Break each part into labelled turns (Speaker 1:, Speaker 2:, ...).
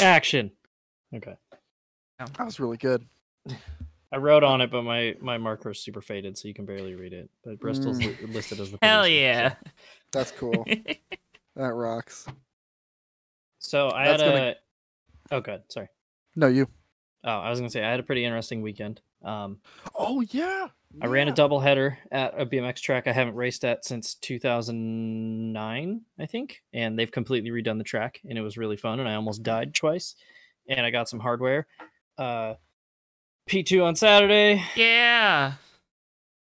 Speaker 1: Action. Okay.
Speaker 2: That was really good.
Speaker 1: I wrote on it, but my my marker is super faded, so you can barely read it. But Bristol's li- listed as the
Speaker 3: Hmm. Hell
Speaker 1: producer,
Speaker 3: yeah.
Speaker 2: That's cool. that rocks.
Speaker 1: So, so I
Speaker 2: That's
Speaker 1: had a.
Speaker 2: gonna-
Speaker 1: Oh, good. Sorry.
Speaker 2: No, you.
Speaker 1: Oh, I was gonna say I had a pretty interesting weekend. Um,
Speaker 2: Oh yeah.
Speaker 1: I ran a
Speaker 2: yeah.
Speaker 1: double header at a BMX track I haven't raced at since 2009, I think, and they've completely redone the track, and it was really fun, and I almost
Speaker 3: Hmm.
Speaker 1: died twice, and I got some hardware. Uh, P2 on Saturday,
Speaker 3: yeah.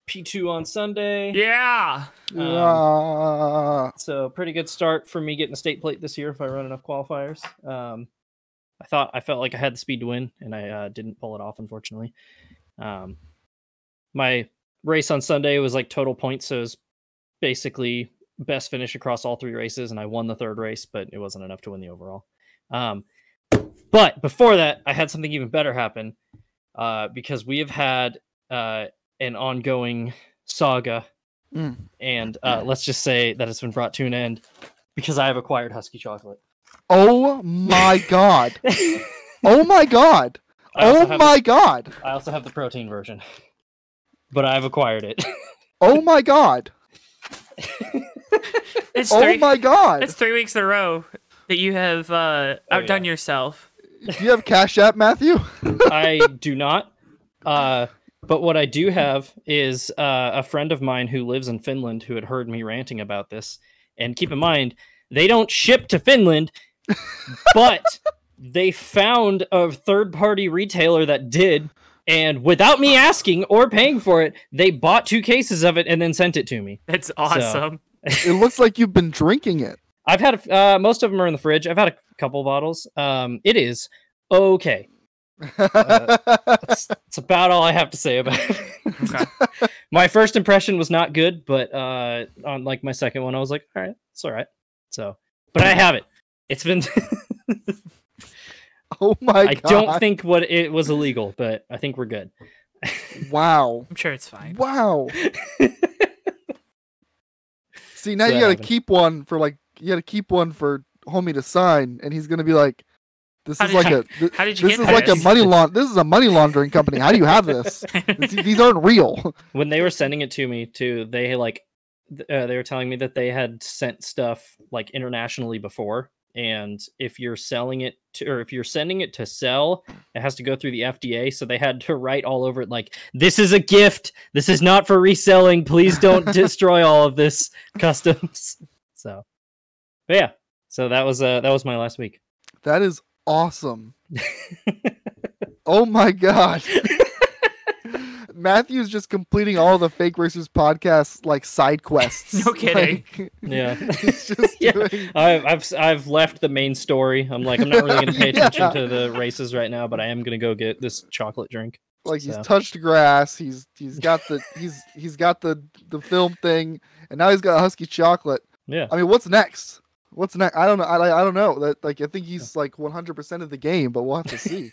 Speaker 1: P2 on Sunday.
Speaker 3: Yeah.
Speaker 1: um,
Speaker 2: Yeah.
Speaker 1: So pretty good start for me getting a state plate this year if I run enough qualifiers. Um, I thought I felt like I had the speed to win, and I uh, didn't pull it off, unfortunately. Um, my race on Sunday was like total points, so it was basically best finish across all three races, and I won the third race, but it wasn't enough to win the overall. Um, but before that, I had something even better happen uh, because we have had uh, an ongoing saga
Speaker 2: Mm.
Speaker 1: and uh, let's just say that it's been brought to an end because I have acquired Husky Chocolate.
Speaker 2: Oh my god.
Speaker 1: I
Speaker 2: Oh my god.
Speaker 1: also
Speaker 2: Oh
Speaker 1: have-
Speaker 2: my god.
Speaker 1: I also have the protein version, but I've acquired it.
Speaker 2: Oh my god.
Speaker 3: It's
Speaker 2: Oh
Speaker 3: three
Speaker 2: my god.
Speaker 3: it's three weeks in a row that you have uh,
Speaker 1: Oh,
Speaker 3: outdone yourself.
Speaker 2: Do you have Cash App, Matthew?
Speaker 1: I do not. Uh, but what I do have is uh, a friend of mine who lives in Finland who had heard me ranting about this. And keep in mind, they don't ship to Finland, but they found a third party retailer that did. And without me asking or paying for it, they bought two cases of it and then sent it to me.
Speaker 3: That's awesome.
Speaker 2: It looks like you've been drinking it.
Speaker 1: I've had a f- uh, most of them are in the fridge. I've had a couple bottles. Um, it is okay. That's, that's about all I have to say about it.
Speaker 3: Okay.
Speaker 1: my first impression was not good, but uh, on like my second one, I was like, all right, it's all right. So, but I have it. It's been.
Speaker 2: oh my
Speaker 1: I
Speaker 2: god.
Speaker 1: don't think what it was illegal, but I think we're good.
Speaker 2: Wow.
Speaker 3: I'm sure it's fine.
Speaker 2: Wow. See, now
Speaker 1: So that
Speaker 2: you gotta
Speaker 1: happened.
Speaker 2: keep one for like you gotta keep one for homie to sign, and he's gonna be like, "This
Speaker 3: How
Speaker 2: is
Speaker 3: did
Speaker 2: like
Speaker 3: you-
Speaker 2: a th-
Speaker 3: How did you
Speaker 2: this is
Speaker 3: get
Speaker 2: like a
Speaker 3: this?
Speaker 2: money laun- this is a money laundering company. How do you have this? These- These aren't real."
Speaker 1: when they were sending it to me too they like th- uh, they were telling me that they had sent stuff like internationally before and if you're selling it to or if you're sending it to sell it has to go through the fda so they had to write all over it like this is a gift this is not for reselling please don't destroy all of this customs so but yeah so that was uh that was my last week
Speaker 2: That is awesome. oh my god. Matthew's just completing all the fake racers podcasts like side quests.
Speaker 3: No kidding.
Speaker 2: Like,
Speaker 1: yeah
Speaker 2: he's just
Speaker 1: Yeah.
Speaker 2: doing
Speaker 1: I've, I've s- I've left the main story. I'm like I'm not really gonna pay attention
Speaker 2: Yeah.
Speaker 1: to the races right now, but I am gonna go get this chocolate drink.
Speaker 2: like he's
Speaker 1: So.
Speaker 2: touched grass he's he's got the he's he's got the the film thing and now he's got husky chocolate
Speaker 1: Yeah,
Speaker 2: i mean what's next what's next i don't know i, like, I don't know that like i think he's like 100% of the game but we'll have to see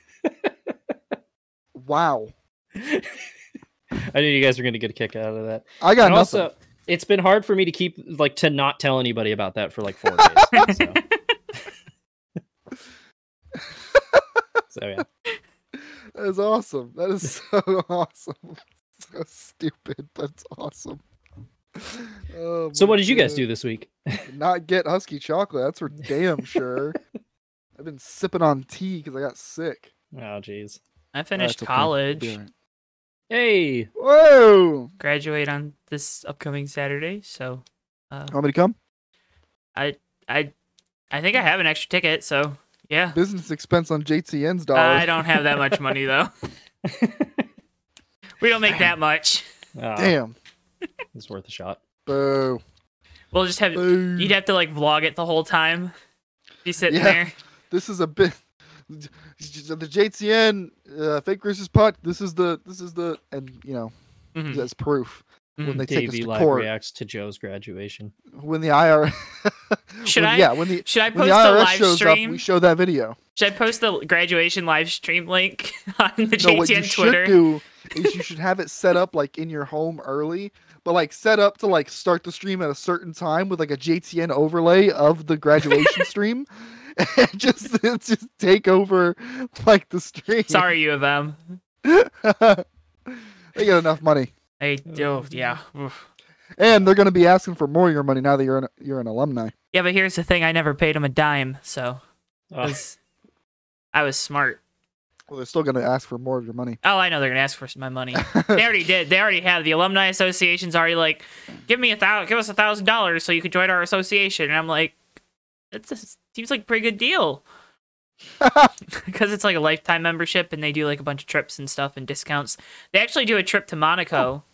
Speaker 2: wow
Speaker 1: I knew you guys were gonna get a kick out of that.
Speaker 2: i got
Speaker 1: and
Speaker 2: nothing
Speaker 1: also, it's been hard for me to keep like to not tell anybody about that for like four days. So, So, yeah,
Speaker 2: that is awesome that is so awesome so stupid that's awesome Oh
Speaker 1: so
Speaker 2: my
Speaker 1: what did you guys
Speaker 2: goodness.
Speaker 1: do this week?
Speaker 2: not get husky chocolate. That's for damn sure. I've been sipping on tea because I got sick.
Speaker 1: Oh, jeez.
Speaker 3: I finished
Speaker 2: okay.
Speaker 3: college.
Speaker 1: Hey,
Speaker 2: Whoa!
Speaker 3: Graduate on this upcoming Saturday, so uh,
Speaker 2: Want me to come?
Speaker 3: I I think I have an extra ticket. So yeah,
Speaker 2: Business expense on JTN's
Speaker 3: I
Speaker 2: dollar.
Speaker 3: don't have that much money though. we don't make that much.
Speaker 1: Ah,
Speaker 2: Damn.
Speaker 1: it's worth a shot.
Speaker 2: Boo.
Speaker 3: We'll just have
Speaker 2: Boo.
Speaker 3: you'd have to like vlog it the whole time. Be sitting
Speaker 2: Yeah.
Speaker 3: there.
Speaker 2: This is a bit. The JTN uh, fake versus putt. This is the. This is the. And you know,
Speaker 3: Mhm.
Speaker 2: as proof when
Speaker 3: Mhm.
Speaker 2: they take us
Speaker 1: Davey
Speaker 2: to
Speaker 1: live
Speaker 2: court.
Speaker 1: reacts to Joe's graduation.
Speaker 2: When the IR.
Speaker 3: Should
Speaker 2: when-
Speaker 3: I-
Speaker 2: Yeah. When the.
Speaker 3: Should I
Speaker 2: When
Speaker 3: post
Speaker 2: the
Speaker 3: the
Speaker 2: IRS
Speaker 3: live
Speaker 2: shows
Speaker 3: stream?
Speaker 2: up, we show that video.
Speaker 3: Should I post the graduation live stream link on the
Speaker 2: No, what you
Speaker 3: JTN Twitter?
Speaker 2: should do is you should have it set up like in your home early, but like set up to like start the stream at a certain time with like a JTN overlay of the graduation stream, and just just take over like the stream.
Speaker 3: Sorry, U of M.
Speaker 2: they get enough money,
Speaker 3: I do. Yeah. Oof.
Speaker 2: and they're going to be asking for more of your money now that you're an, you're an alumni.
Speaker 3: Yeah, but here's the thing. I never paid him a dime, so I
Speaker 1: Ugh.
Speaker 3: was, I was smart.
Speaker 2: Well, they're still going to ask for more of your money.
Speaker 3: Oh, I know they're gonna ask for my money. they already did. They already have. The alumni association's already like, give me a thousand, give us a thousand dollars so you can join our association. And I'm like, that seems like a pretty good deal because it's like a lifetime membership, and they do like a bunch of trips and stuff and discounts. They actually do a trip to Monaco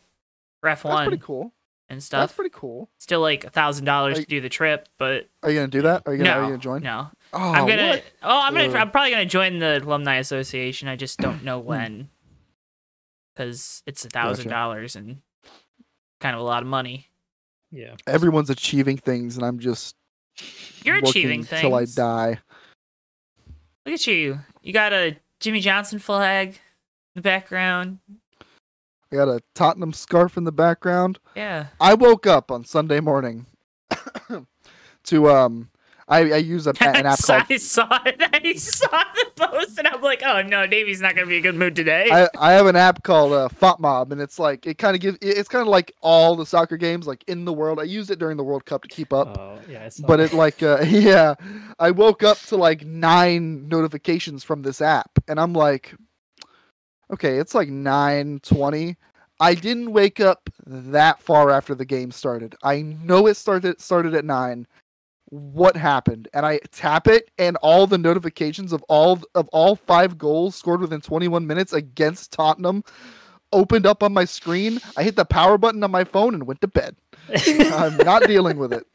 Speaker 3: for
Speaker 2: Oh. That's
Speaker 3: F1
Speaker 2: pretty cool.
Speaker 3: and stuff.
Speaker 2: That's pretty cool.
Speaker 3: Still like a thousand dollars to
Speaker 2: Like-
Speaker 3: do the trip, but
Speaker 2: Are you going to do that? Are you going
Speaker 3: no,
Speaker 2: to to join?
Speaker 3: no.
Speaker 2: Oh,
Speaker 3: I'm gonna.
Speaker 2: what?
Speaker 3: Oh, I'm gonna.
Speaker 2: Uh.
Speaker 3: I'm probably gonna join the alumni association. I just don't know when, because it's a thousand
Speaker 2: Gotcha.
Speaker 3: dollars and kind of a lot of money.
Speaker 1: Yeah.
Speaker 2: Everyone's achieving things, and I'm just
Speaker 3: You're
Speaker 2: working
Speaker 3: achieving
Speaker 2: till I
Speaker 3: things.
Speaker 2: die.
Speaker 3: Look at you. You got a Jimmy Johnson flag in the background.
Speaker 2: I got a Tottenham scarf in the background.
Speaker 3: Yeah.
Speaker 2: I woke up on Sunday morning to um. I, I use a, an
Speaker 3: I
Speaker 2: app
Speaker 3: saw,
Speaker 2: called
Speaker 3: I saw it. I saw the post, and I'm like, oh no, Davey's not gonna be in a good mood today.
Speaker 2: I, I have an app called uh, Font Mob, and it's like it kind of gives it- it's kind of like all the soccer games like in the world. I used it during the World Cup to keep up,
Speaker 1: Oh yeah. It's
Speaker 2: but it like uh, yeah, I woke up to like nine notifications from this app, and I'm like, okay, it's like nine twenty. I didn't wake up that far after the game started. I know it started started at nine. What happened? And I tap it, and all the notifications of all of all five goals scored within 21 minutes against Tottenham opened up on my screen. I hit the power button on my phone and went to bed. I'm not dealing with it.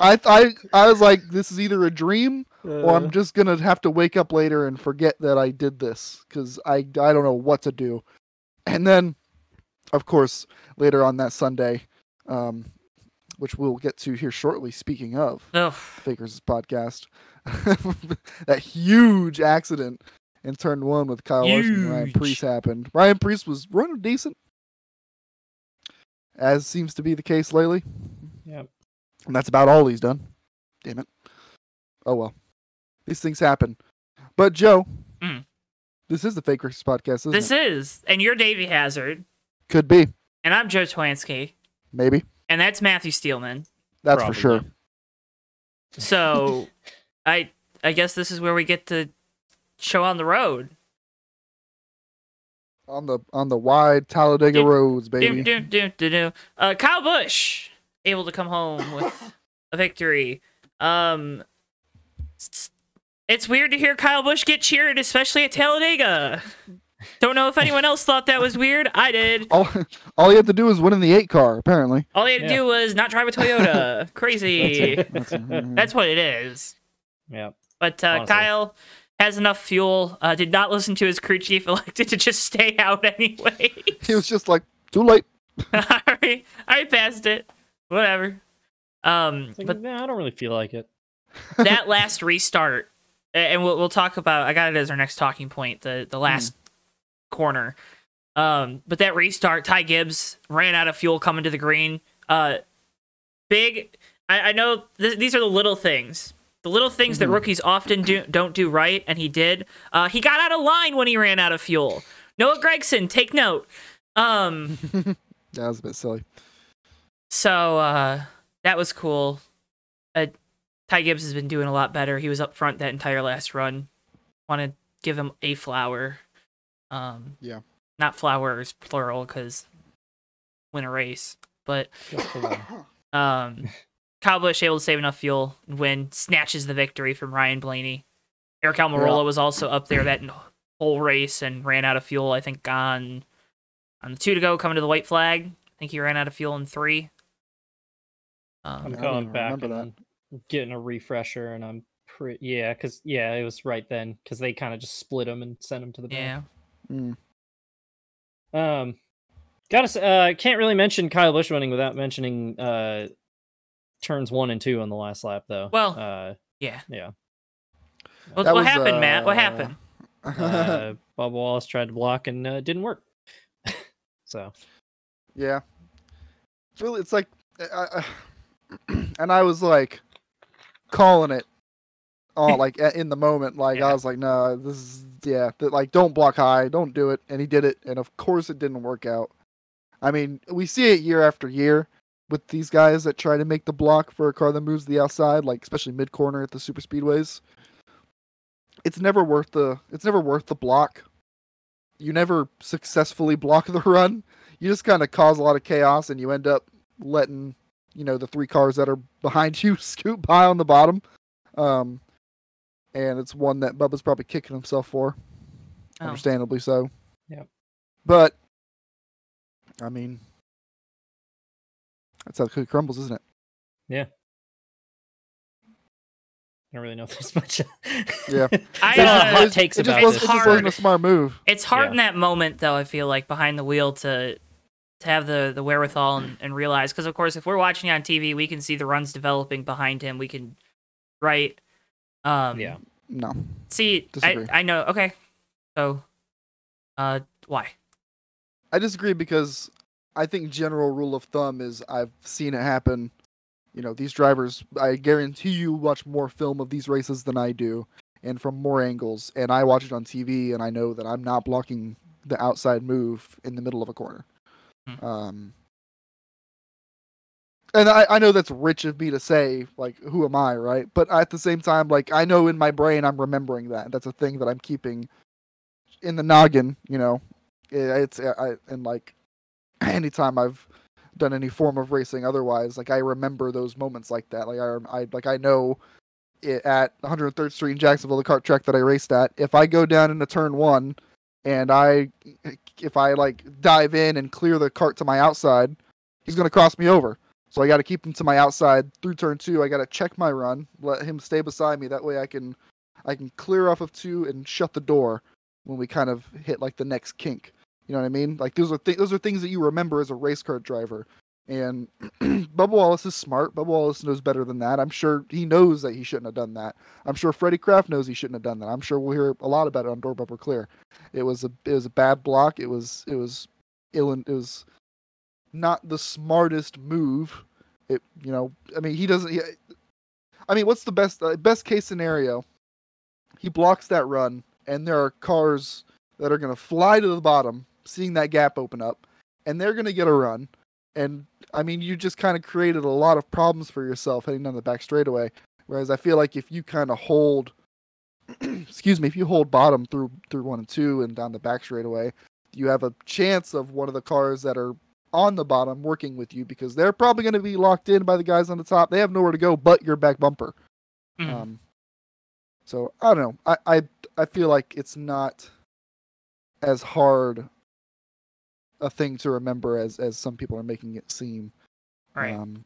Speaker 2: I I I was like, this is either a dream or
Speaker 1: Uh,
Speaker 2: I'm just gonna have to wake up later and forget that I did this because I I don't know what to do. And then, of course, later on that Sunday, um, which we'll get to here shortly. Speaking of
Speaker 3: Ugh.
Speaker 2: Fakers podcast, that huge accident in turn one with Kyle Larson and Ryan
Speaker 3: Huge.
Speaker 2: Priest happened. Ryan Priest was running decent, as seems to be the case lately.
Speaker 1: Yep.
Speaker 2: And that's about all he's done. Damn it. Oh well. These things happen. But Joe,
Speaker 3: Mm.
Speaker 2: this is the Fake Fakers podcast, isn't
Speaker 3: This
Speaker 2: it?
Speaker 3: is, and you're Davey Hazard,
Speaker 2: Could be.
Speaker 3: and I'm Joe Twansky,
Speaker 2: Maybe.
Speaker 3: and that's Matthew Steelman.
Speaker 2: That's for
Speaker 1: Probably.
Speaker 2: sure.
Speaker 3: So, I I guess this is where we get to show on the road.
Speaker 2: On the on the wide Talladega
Speaker 3: Doom,
Speaker 2: roads, baby.
Speaker 3: Doom, doom, doom, doom, doom. Uh, Kyle Bush able to come home with a victory. Um, s- it's weird to hear Kyle Bush get cheered, especially at Talladega. Don't know if anyone else thought that was weird. I did.
Speaker 2: All, all you have to do is win in the eight car, apparently.
Speaker 3: All he had to
Speaker 1: Yeah.
Speaker 3: do was not drive a Toyota. Crazy.
Speaker 2: That's, uh,
Speaker 3: That's what it is.
Speaker 1: yeah.
Speaker 3: But uh,
Speaker 1: Honestly.
Speaker 3: Kyle has enough fuel. Uh, did not listen to his crew chief. Elected to just stay out anyway.
Speaker 2: he was just like too late.
Speaker 3: I already, I already passed it. Whatever. Um,
Speaker 1: It's like,
Speaker 3: but
Speaker 1: nah, I don't really feel like it.
Speaker 3: that last restart, a- and we'll we'll talk about. I got it as our next talking point. The the last corner. Um, but that restart, Ty Gibbs ran out of fuel coming to the green. Uh, big. I, I know th- these are the little things. The little things that
Speaker 2: Mhm.
Speaker 3: rookies often do don't do right, and he did. Uh, he got out of line when he ran out of fuel. Noah Gregson, take note. Um.
Speaker 2: That was a bit silly.
Speaker 3: So uh, that was cool. Uh, Ty Gibbs has been doing a lot better. He was up front that entire last run. Want to give him a flower. Um,
Speaker 2: Yeah.
Speaker 3: Not flowers plural because win a race, but
Speaker 1: Just the one.
Speaker 3: um, Kyle Busch able to save enough fuel and win, snatches the victory from Ryan Blaney. Eric Almirola
Speaker 2: Yeah.
Speaker 3: was also up there that whole race and ran out of fuel. I think on on the two to go coming to the white flag. I think he ran out of fuel in three.
Speaker 1: I'm
Speaker 3: Um,
Speaker 2: don't
Speaker 1: going
Speaker 2: even
Speaker 1: back
Speaker 2: remember that.
Speaker 1: and getting a refresher, and I'm pretty yeah, because yeah, it was right then because they kind of just split them and sent them to the back.
Speaker 3: yeah,
Speaker 2: Mm.
Speaker 1: Um, gotta s- uh, can't really mention Kyle Busch winning without mentioning uh turns one and two on the last lap though.
Speaker 3: Well-
Speaker 1: uh,
Speaker 3: yeah.
Speaker 1: yeah.
Speaker 3: What,
Speaker 2: That
Speaker 3: what
Speaker 2: was,
Speaker 3: happened, Matt? What
Speaker 2: uh,
Speaker 3: happened?
Speaker 1: uh, Bob Wallace tried to block and uh, didn't work. so
Speaker 2: yeah. It's really, it's like, I, I, and I was like, calling it on like a- in the moment. Like I
Speaker 3: Yeah.
Speaker 2: was like, nah, this is yeah. That like don't block high, don't do it. And he did it, and of course it didn't work out. I mean, we see it year after year with these guys that try to make the block for a car that moves to the outside, like especially mid corner at the super speedways. It's never worth the it's never worth the block. You never successfully block the run. You just kind of cause a lot of chaos, and you end up letting you know the three cars that are behind you scoot by on the bottom. Um, and it's one that Bubba's probably kicking himself for,
Speaker 3: Oh.
Speaker 2: understandably so.
Speaker 1: Yep.
Speaker 2: But I mean, that's how the cookie crumbles, isn't it?
Speaker 1: I don't really know this much.
Speaker 2: Yeah.
Speaker 3: I,
Speaker 1: I don't
Speaker 3: uh,
Speaker 1: know hot
Speaker 2: It's-
Speaker 1: takes
Speaker 2: it just
Speaker 1: about
Speaker 2: wasn't,
Speaker 1: this.
Speaker 2: It just
Speaker 3: Hard.
Speaker 2: wasn't a smart move.
Speaker 3: It's hard
Speaker 1: Yeah.
Speaker 3: in that moment, though. I feel like behind the wheel to to have the the wherewithal and, and realize because, of course, if we're watching it on TV, we can see the runs developing behind him. We can, right? Um,
Speaker 1: yeah.
Speaker 2: No.
Speaker 3: See, I,
Speaker 2: Disagree.
Speaker 3: I know. Okay, so, uh, why?
Speaker 2: I disagree because I think general rule of thumb is I've seen it happen. You know, these drivers, I guarantee you watch more film of these races than I do and from more angles. And I watch it on TV and I know that I'm not blocking the outside move in the middle of a corner.
Speaker 3: Hmm.
Speaker 2: Um, and I, I know that's rich of me to say, like, who am I, right? But at the same time, like, I know in my brain I'm remembering that. That's a thing that I'm keeping in the noggin, you know, yeah, it's uh, I, and like anytime I've done any form of racing otherwise, like I remember those moments like that. Like I, rem- I like I know it, at 103rd Street in Jacksonville, the kart track that I raced at. If I go down into turn one, and I, if I like dive in and clear the cart to my outside, he's gonna cross me over. So I got to keep him to my outside through turn two. I got to check my run, let him stay beside me. That way I can, I can clear off of two and shut the door when we kind of hit like the next kink. You know what I mean? Like those are th- those are things that you remember as a race car driver. And Bubba Wallace is smart. Bubba Wallace knows better than that. I'm sure he knows that he shouldn't have done that. I'm sure Freddie Kraft knows he shouldn't have done that. I'm sure we'll hear a lot about it on Door Bumper Clear. It was a it was a bad block. It was it was ill and it was not the smartest move. It you know I mean he doesn't. He, I mean what's the best uh, best case scenario? He blocks that run, and there are cars that are going to fly to the bottom, seeing that gap open up, and they're going to get a run. And I mean, you just kind of created a lot of problems for yourself heading down the back straightaway. Whereas I feel like if you kind of hold, excuse me, if you hold bottom through through one and two and down the back straightaway, you have a chance of one of the cars that are on the bottom working with you because they're probably going to be locked in by the guys on the top. They have nowhere to go but your back bumper.
Speaker 3: Mhm.
Speaker 2: Um, so I don't know. I, I I feel like it's not as hard a thing to remember as as some people are making it seem.
Speaker 3: right.
Speaker 2: Um,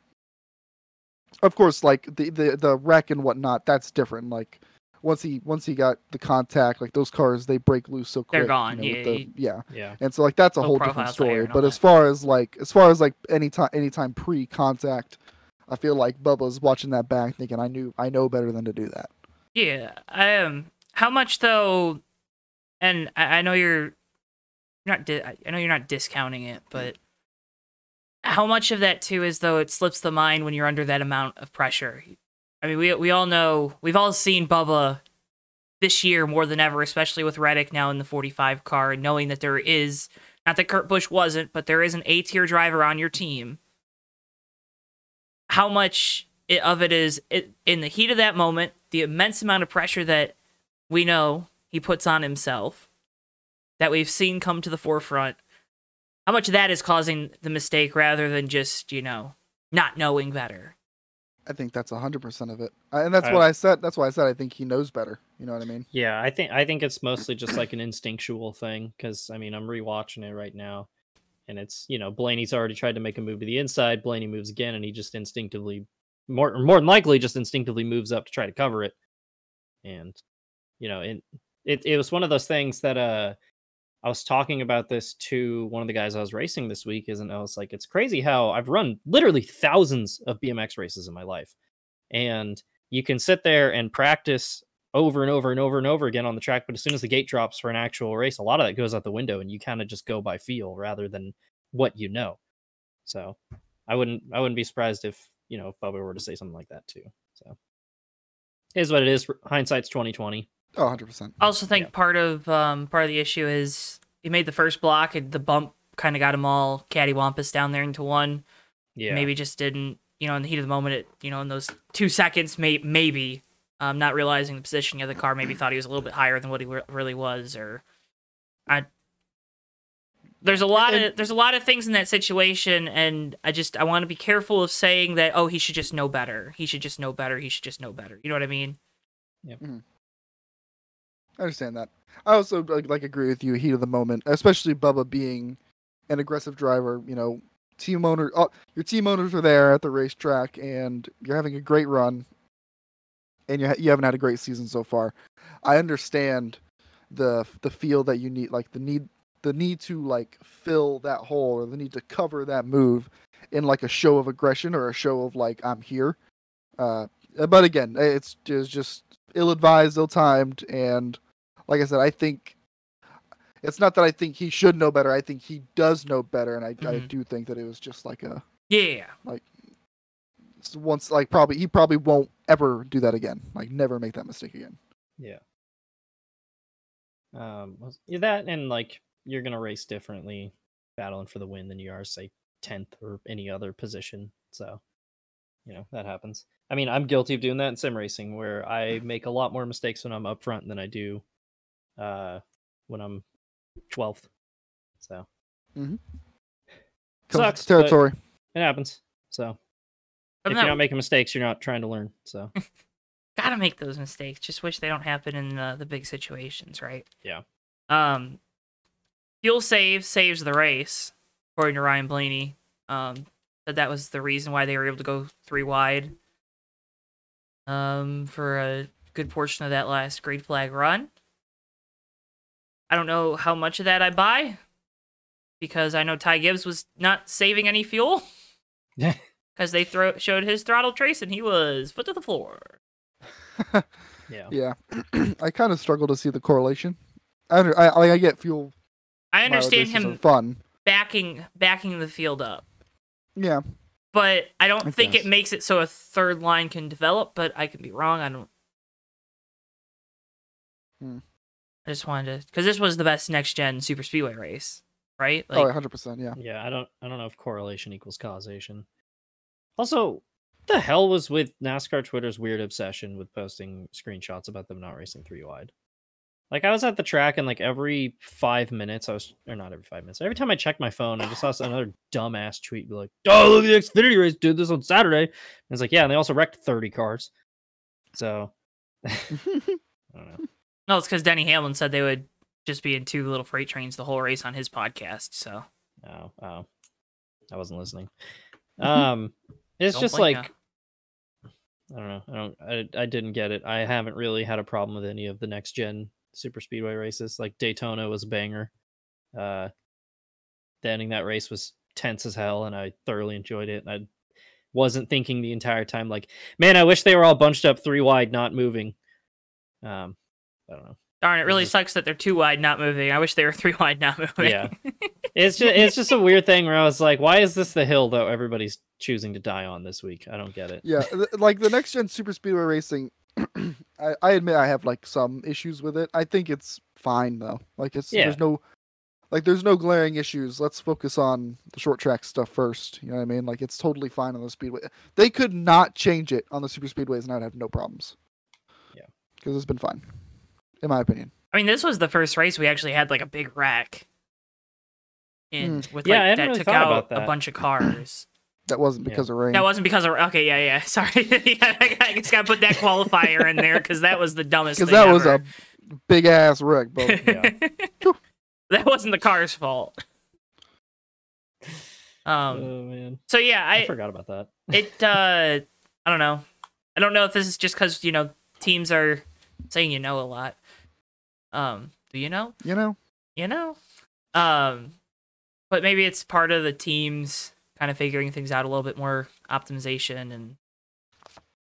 Speaker 2: of course, like the, the the wreck and whatnot, that's different. Like once he once he got the contact, like those cars they break loose so quick.
Speaker 3: They're
Speaker 2: you
Speaker 3: gone,
Speaker 2: know, with
Speaker 3: yeah,
Speaker 2: the-
Speaker 3: you-
Speaker 2: yeah.
Speaker 1: Yeah.
Speaker 2: And so like that's a
Speaker 3: Low
Speaker 2: whole
Speaker 3: profile
Speaker 2: different
Speaker 3: player
Speaker 2: story.
Speaker 3: and all
Speaker 2: But as
Speaker 3: that.
Speaker 2: far as like as far as like any time anytime pre contact, I feel like Bubba's watching that back thinking I knew I know better than to do that.
Speaker 3: Yeah. Um. How much though? And I, I know you're not. Di- I I know you're not discounting it, but how much of that too is though it slips the mind when you're under that amount of pressure. I mean, we we all know we've all seen Bubba this year more than ever, especially with Reddick now in the 45 car, and knowing that there is not that Kurt Busch wasn't, but there is an A tier driver on your team. How much i- of it is it, in the heat of that moment, the immense amount of pressure that we know he puts on himself, that we've seen come to the forefront, how much of that is causing the mistake rather than just, you know, not knowing better?
Speaker 2: I think that's hundred percent of it. I- And that's
Speaker 1: I-
Speaker 2: what I said. That's why I said I think he knows better. You know what I mean?
Speaker 1: Yeah, I think I think it's mostly just like an instinctual thing because I mean I'm rewatching it right now, and it's you know Blaney's already tried to make a move to the inside. Blaney moves again, and he just instinctively, more more than likely, just instinctively moves up to try to cover it, and you know and it it was one of those things that uh I was talking about this to one of the guys I was racing this week, is and I was like, it's crazy how I've run literally thousands of BMX races in my life, and you can sit there and practice over and over and over and over again on the track. But as soon as the gate drops for an actual race, a lot of that goes out the window, and you kind of just go by feel rather than what you know. So, I wouldn't I wouldn't be surprised if you know if Bubba were to say something like that too. So is what it is. Hindsight's twenty twenty.
Speaker 2: Oh, 100%.
Speaker 3: I also think
Speaker 1: Yeah.
Speaker 3: part of um, part of the issue is he made the first block and the bump kind of got him all cattywampus down there into one.
Speaker 1: Yeah,
Speaker 3: Maybe just didn't, you know, in the heat of the moment, it, you know, in those two seconds, may- maybe um, not realizing the positioning of the car, maybe thought he was a little bit higher than what he re- really was, or I. There's a lot of there's a lot of things in that situation, and I just I want to be careful of saying that oh he should just know better, he should just know better, he should just know better. You know what I mean?
Speaker 2: I understand that. I also like, like agree with you. Heat of the moment, especially Bubba being an aggressive driver. You know, team owner, oh, your team owners are there at the racetrack, and you're having a great run, and you ha- you haven't had a great season so far. I understand the the feel that you need, like the need the need to like fill that hole or the need to cover that move in like a show of aggression or a show of like I'm here. Uh, but again, it's, it's just ill advised, ill timed, and like I said, I think it's not that I think he should know better. I think he does know better, and I, I
Speaker 3: Mhm.
Speaker 2: do think that it was just like a
Speaker 3: Yeah.
Speaker 2: s- once like probably he probably won't ever do that again. Like never make that mistake again.
Speaker 1: um, was- yeah, that and like you're gonna race differently, battling for the win than you are say tenth or any other position. So, you know that happens. I mean, I'm guilty of doing that in sim racing, where I make a lot more mistakes when I'm up front than I do uh, when I'm twelfth. So
Speaker 2: Comes with
Speaker 1: Sucks,
Speaker 2: the
Speaker 1: but-
Speaker 2: territory.
Speaker 1: it happens. So
Speaker 3: I'm
Speaker 1: if
Speaker 3: not-
Speaker 1: you're not making mistakes, you're not trying to learn. So
Speaker 3: gotta make those mistakes. Just wish they don't happen in the, the big situations, right?
Speaker 1: Yeah.
Speaker 3: Um, fuel save saves the race, according to Ryan Blaney. Um, that that was the reason why they were able to go three wide. Um, for a good portion of that last green flag run. I don't know how much of that I buy, because I know Ty Gibbs was not saving any fuel.
Speaker 1: Yeah.
Speaker 3: Because they thro- showed his throttle trace and he was foot to the floor.
Speaker 1: yeah,
Speaker 2: Yeah, I kind of struggle to see the correlation. I under, I, like, I get fuel.
Speaker 3: I
Speaker 2: mileage
Speaker 3: understand
Speaker 2: races are
Speaker 3: him
Speaker 2: Fun.
Speaker 3: backing backing the field up,
Speaker 2: Yeah.
Speaker 3: but I don't
Speaker 2: Makes
Speaker 3: think
Speaker 2: sense.
Speaker 3: it makes it so a third line can develop. But I could be wrong. I don't.
Speaker 2: Hmm.
Speaker 3: I just wanted to because this was the best next gen super speedway race, right?
Speaker 2: oh,
Speaker 3: Like,
Speaker 2: 100 percent. Yeah.
Speaker 1: yeah. I don't, I don't know if correlation equals causation. Also, what the hell was with NASCAR Twitter's weird obsession with posting screenshots about them not racing three wide? Like I was at the track and like every five minutes, I was or not every five minutes, every time I checked my phone, I just saw another dumbass tweet be like, "Oh, look at the Xfinity race, dude! This on Saturday." And it's like, yeah, and they also wrecked thirty cars. So I don't know.
Speaker 3: no, it's because Denny Hamlin said they would just be in two little freight trains the whole race on his podcast. So
Speaker 1: Oh, oh, I wasn't listening.
Speaker 2: Mhm.
Speaker 1: Um, it's
Speaker 3: Don't
Speaker 1: just
Speaker 3: blame
Speaker 1: like
Speaker 3: ya.
Speaker 1: I don't know. I don't. I, I didn't get it. I haven't really had a problem with any of the next gen super speedway races. Like Daytona was a banger. Uh, the ending that race was tense as hell, and I thoroughly enjoyed it. And I wasn't thinking the entire time like, man, I wish they were all bunched up three wide, not moving. Um, I don't know.
Speaker 3: darn, it
Speaker 2: Mm-hmm.
Speaker 3: really
Speaker 1: Mhm.
Speaker 3: sucks that they're two wide not moving. I wish they were three wide not moving.
Speaker 1: Yeah. It's just it's just a weird thing where I was like, why is this the hill that everybody's choosing to die on this week? I don't get it.
Speaker 2: Yeah, th- like the next gen super speedway racing, I, I admit I have like some issues with it. I think it's fine though. Like it's
Speaker 1: Yeah.
Speaker 2: there's no like there's no glaring issues. Let's focus on the short track stuff first. You know what I mean? Like it's totally fine on the speedway. They could not change it on the super speedways and I'd have no problems.
Speaker 1: Yeah.
Speaker 2: Because it's been fine. In my opinion.
Speaker 3: I mean, this was the first race we actually had like a big wreck, and with
Speaker 1: Hmm. Yeah, I
Speaker 3: like
Speaker 1: hadn't
Speaker 3: that
Speaker 1: really
Speaker 3: took
Speaker 1: thought
Speaker 3: out
Speaker 1: about that.
Speaker 3: a bunch of cars.
Speaker 2: That wasn't
Speaker 1: Yeah.
Speaker 2: because of rain.
Speaker 3: that wasn't because of okay, yeah, yeah. Sorry, yeah, I I just got to put that qualifier in there because that was the dumbest.
Speaker 2: Because
Speaker 3: Because
Speaker 2: that was a big ass wreck, bro. Yeah.
Speaker 3: that wasn't the car's fault. Um.
Speaker 1: oh man,
Speaker 3: So yeah,
Speaker 1: I,
Speaker 3: I
Speaker 1: forgot about that.
Speaker 3: it uh i don't know i don't know if this is just because you know teams are saying you know a lot um do you know
Speaker 2: you know?
Speaker 3: you know um but maybe it's part of the teams kind of figuring things out a little bit more optimization and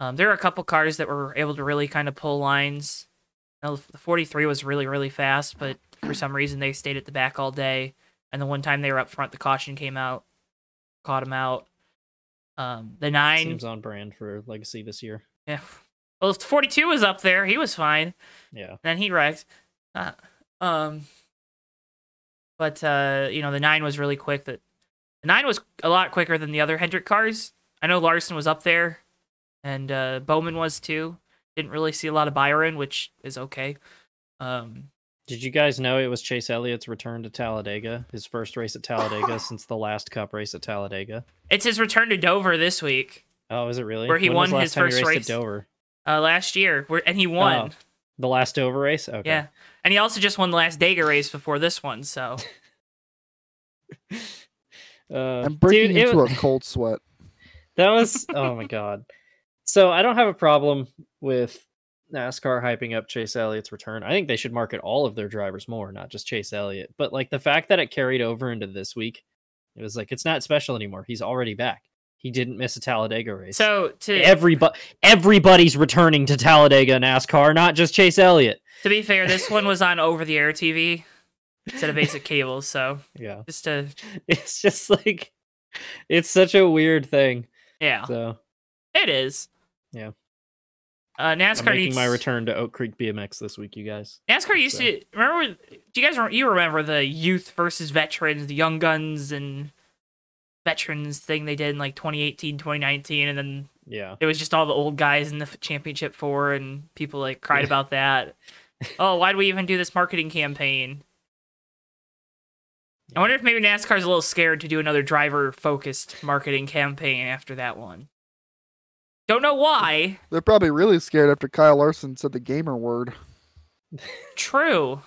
Speaker 3: um there are a couple cars that were able to really kind of pull lines now the 43 was really really fast but for some reason they stayed at the back all day and the one time they were up front the caution came out caught them out um the nine
Speaker 1: Seems on brand for Legacy this year.
Speaker 3: yeah. Well, 42 was up there. He was fine.
Speaker 1: Yeah.
Speaker 3: Then he wrecked. Uh, um, but uh, you know, the nine was really quick. That the nine was a lot quicker than the other Hendrick cars. I know Larson was up there, and uh, Bowman was too. Didn't really see a lot of Byron, which is okay. Um,
Speaker 1: Did you guys know it was Chase Elliott's return to Talladega, his first race at Talladega since the last Cup race at Talladega?
Speaker 3: it's his return to Dover this week,
Speaker 1: Oh, is it really?
Speaker 3: Where he
Speaker 1: When was
Speaker 3: won
Speaker 1: the last
Speaker 3: his
Speaker 1: time he
Speaker 3: first
Speaker 1: raced
Speaker 3: race.
Speaker 1: at Dover.
Speaker 3: uh, last year, where, and he won.
Speaker 1: Oh, The last Dover race. Okay.
Speaker 3: Yeah, and he also just won the last Dega race before this one. So
Speaker 1: Uh,
Speaker 2: I'm breaking
Speaker 1: dude, it
Speaker 2: into
Speaker 1: wa-
Speaker 2: a cold sweat.
Speaker 1: that was oh my god. So I don't have a problem with NASCAR hyping up Chase Elliott's return. I think they should market all of their drivers more, not just Chase Elliott. But like the fact that it carried over into this week, it was like it's not special anymore. He's already back. He didn't miss a Talladega race.
Speaker 3: so to
Speaker 1: everybody everybody's returning to Talladega NASCAR, not just Chase Elliott.
Speaker 3: to be fair, this one was on over the air TV instead of basic cable. So
Speaker 1: Yeah.
Speaker 3: just to
Speaker 1: It's just like it's such a weird thing.
Speaker 3: yeah,
Speaker 1: So
Speaker 3: it is.
Speaker 1: Yeah.
Speaker 3: Uh,
Speaker 1: I'm
Speaker 3: NASCAR
Speaker 1: making
Speaker 3: needs
Speaker 1: my return to Oak Creek BMX this week, you guys.
Speaker 3: NASCAR used
Speaker 1: so-
Speaker 3: to remember. when- Do you guys re- you remember the youth versus veterans, the young guns and veterans thing they did in like 2018, 2019, and then
Speaker 1: Yeah.
Speaker 3: it was just all the old guys in the f- championship four, and people like cried about that. Oh, why do we even do this marketing campaign? I wonder if maybe NASCAR's a little scared to do another driver focused marketing campaign after that one. Don't know why.
Speaker 2: They're probably really scared after Kyle Larson said the gamer word.
Speaker 3: True.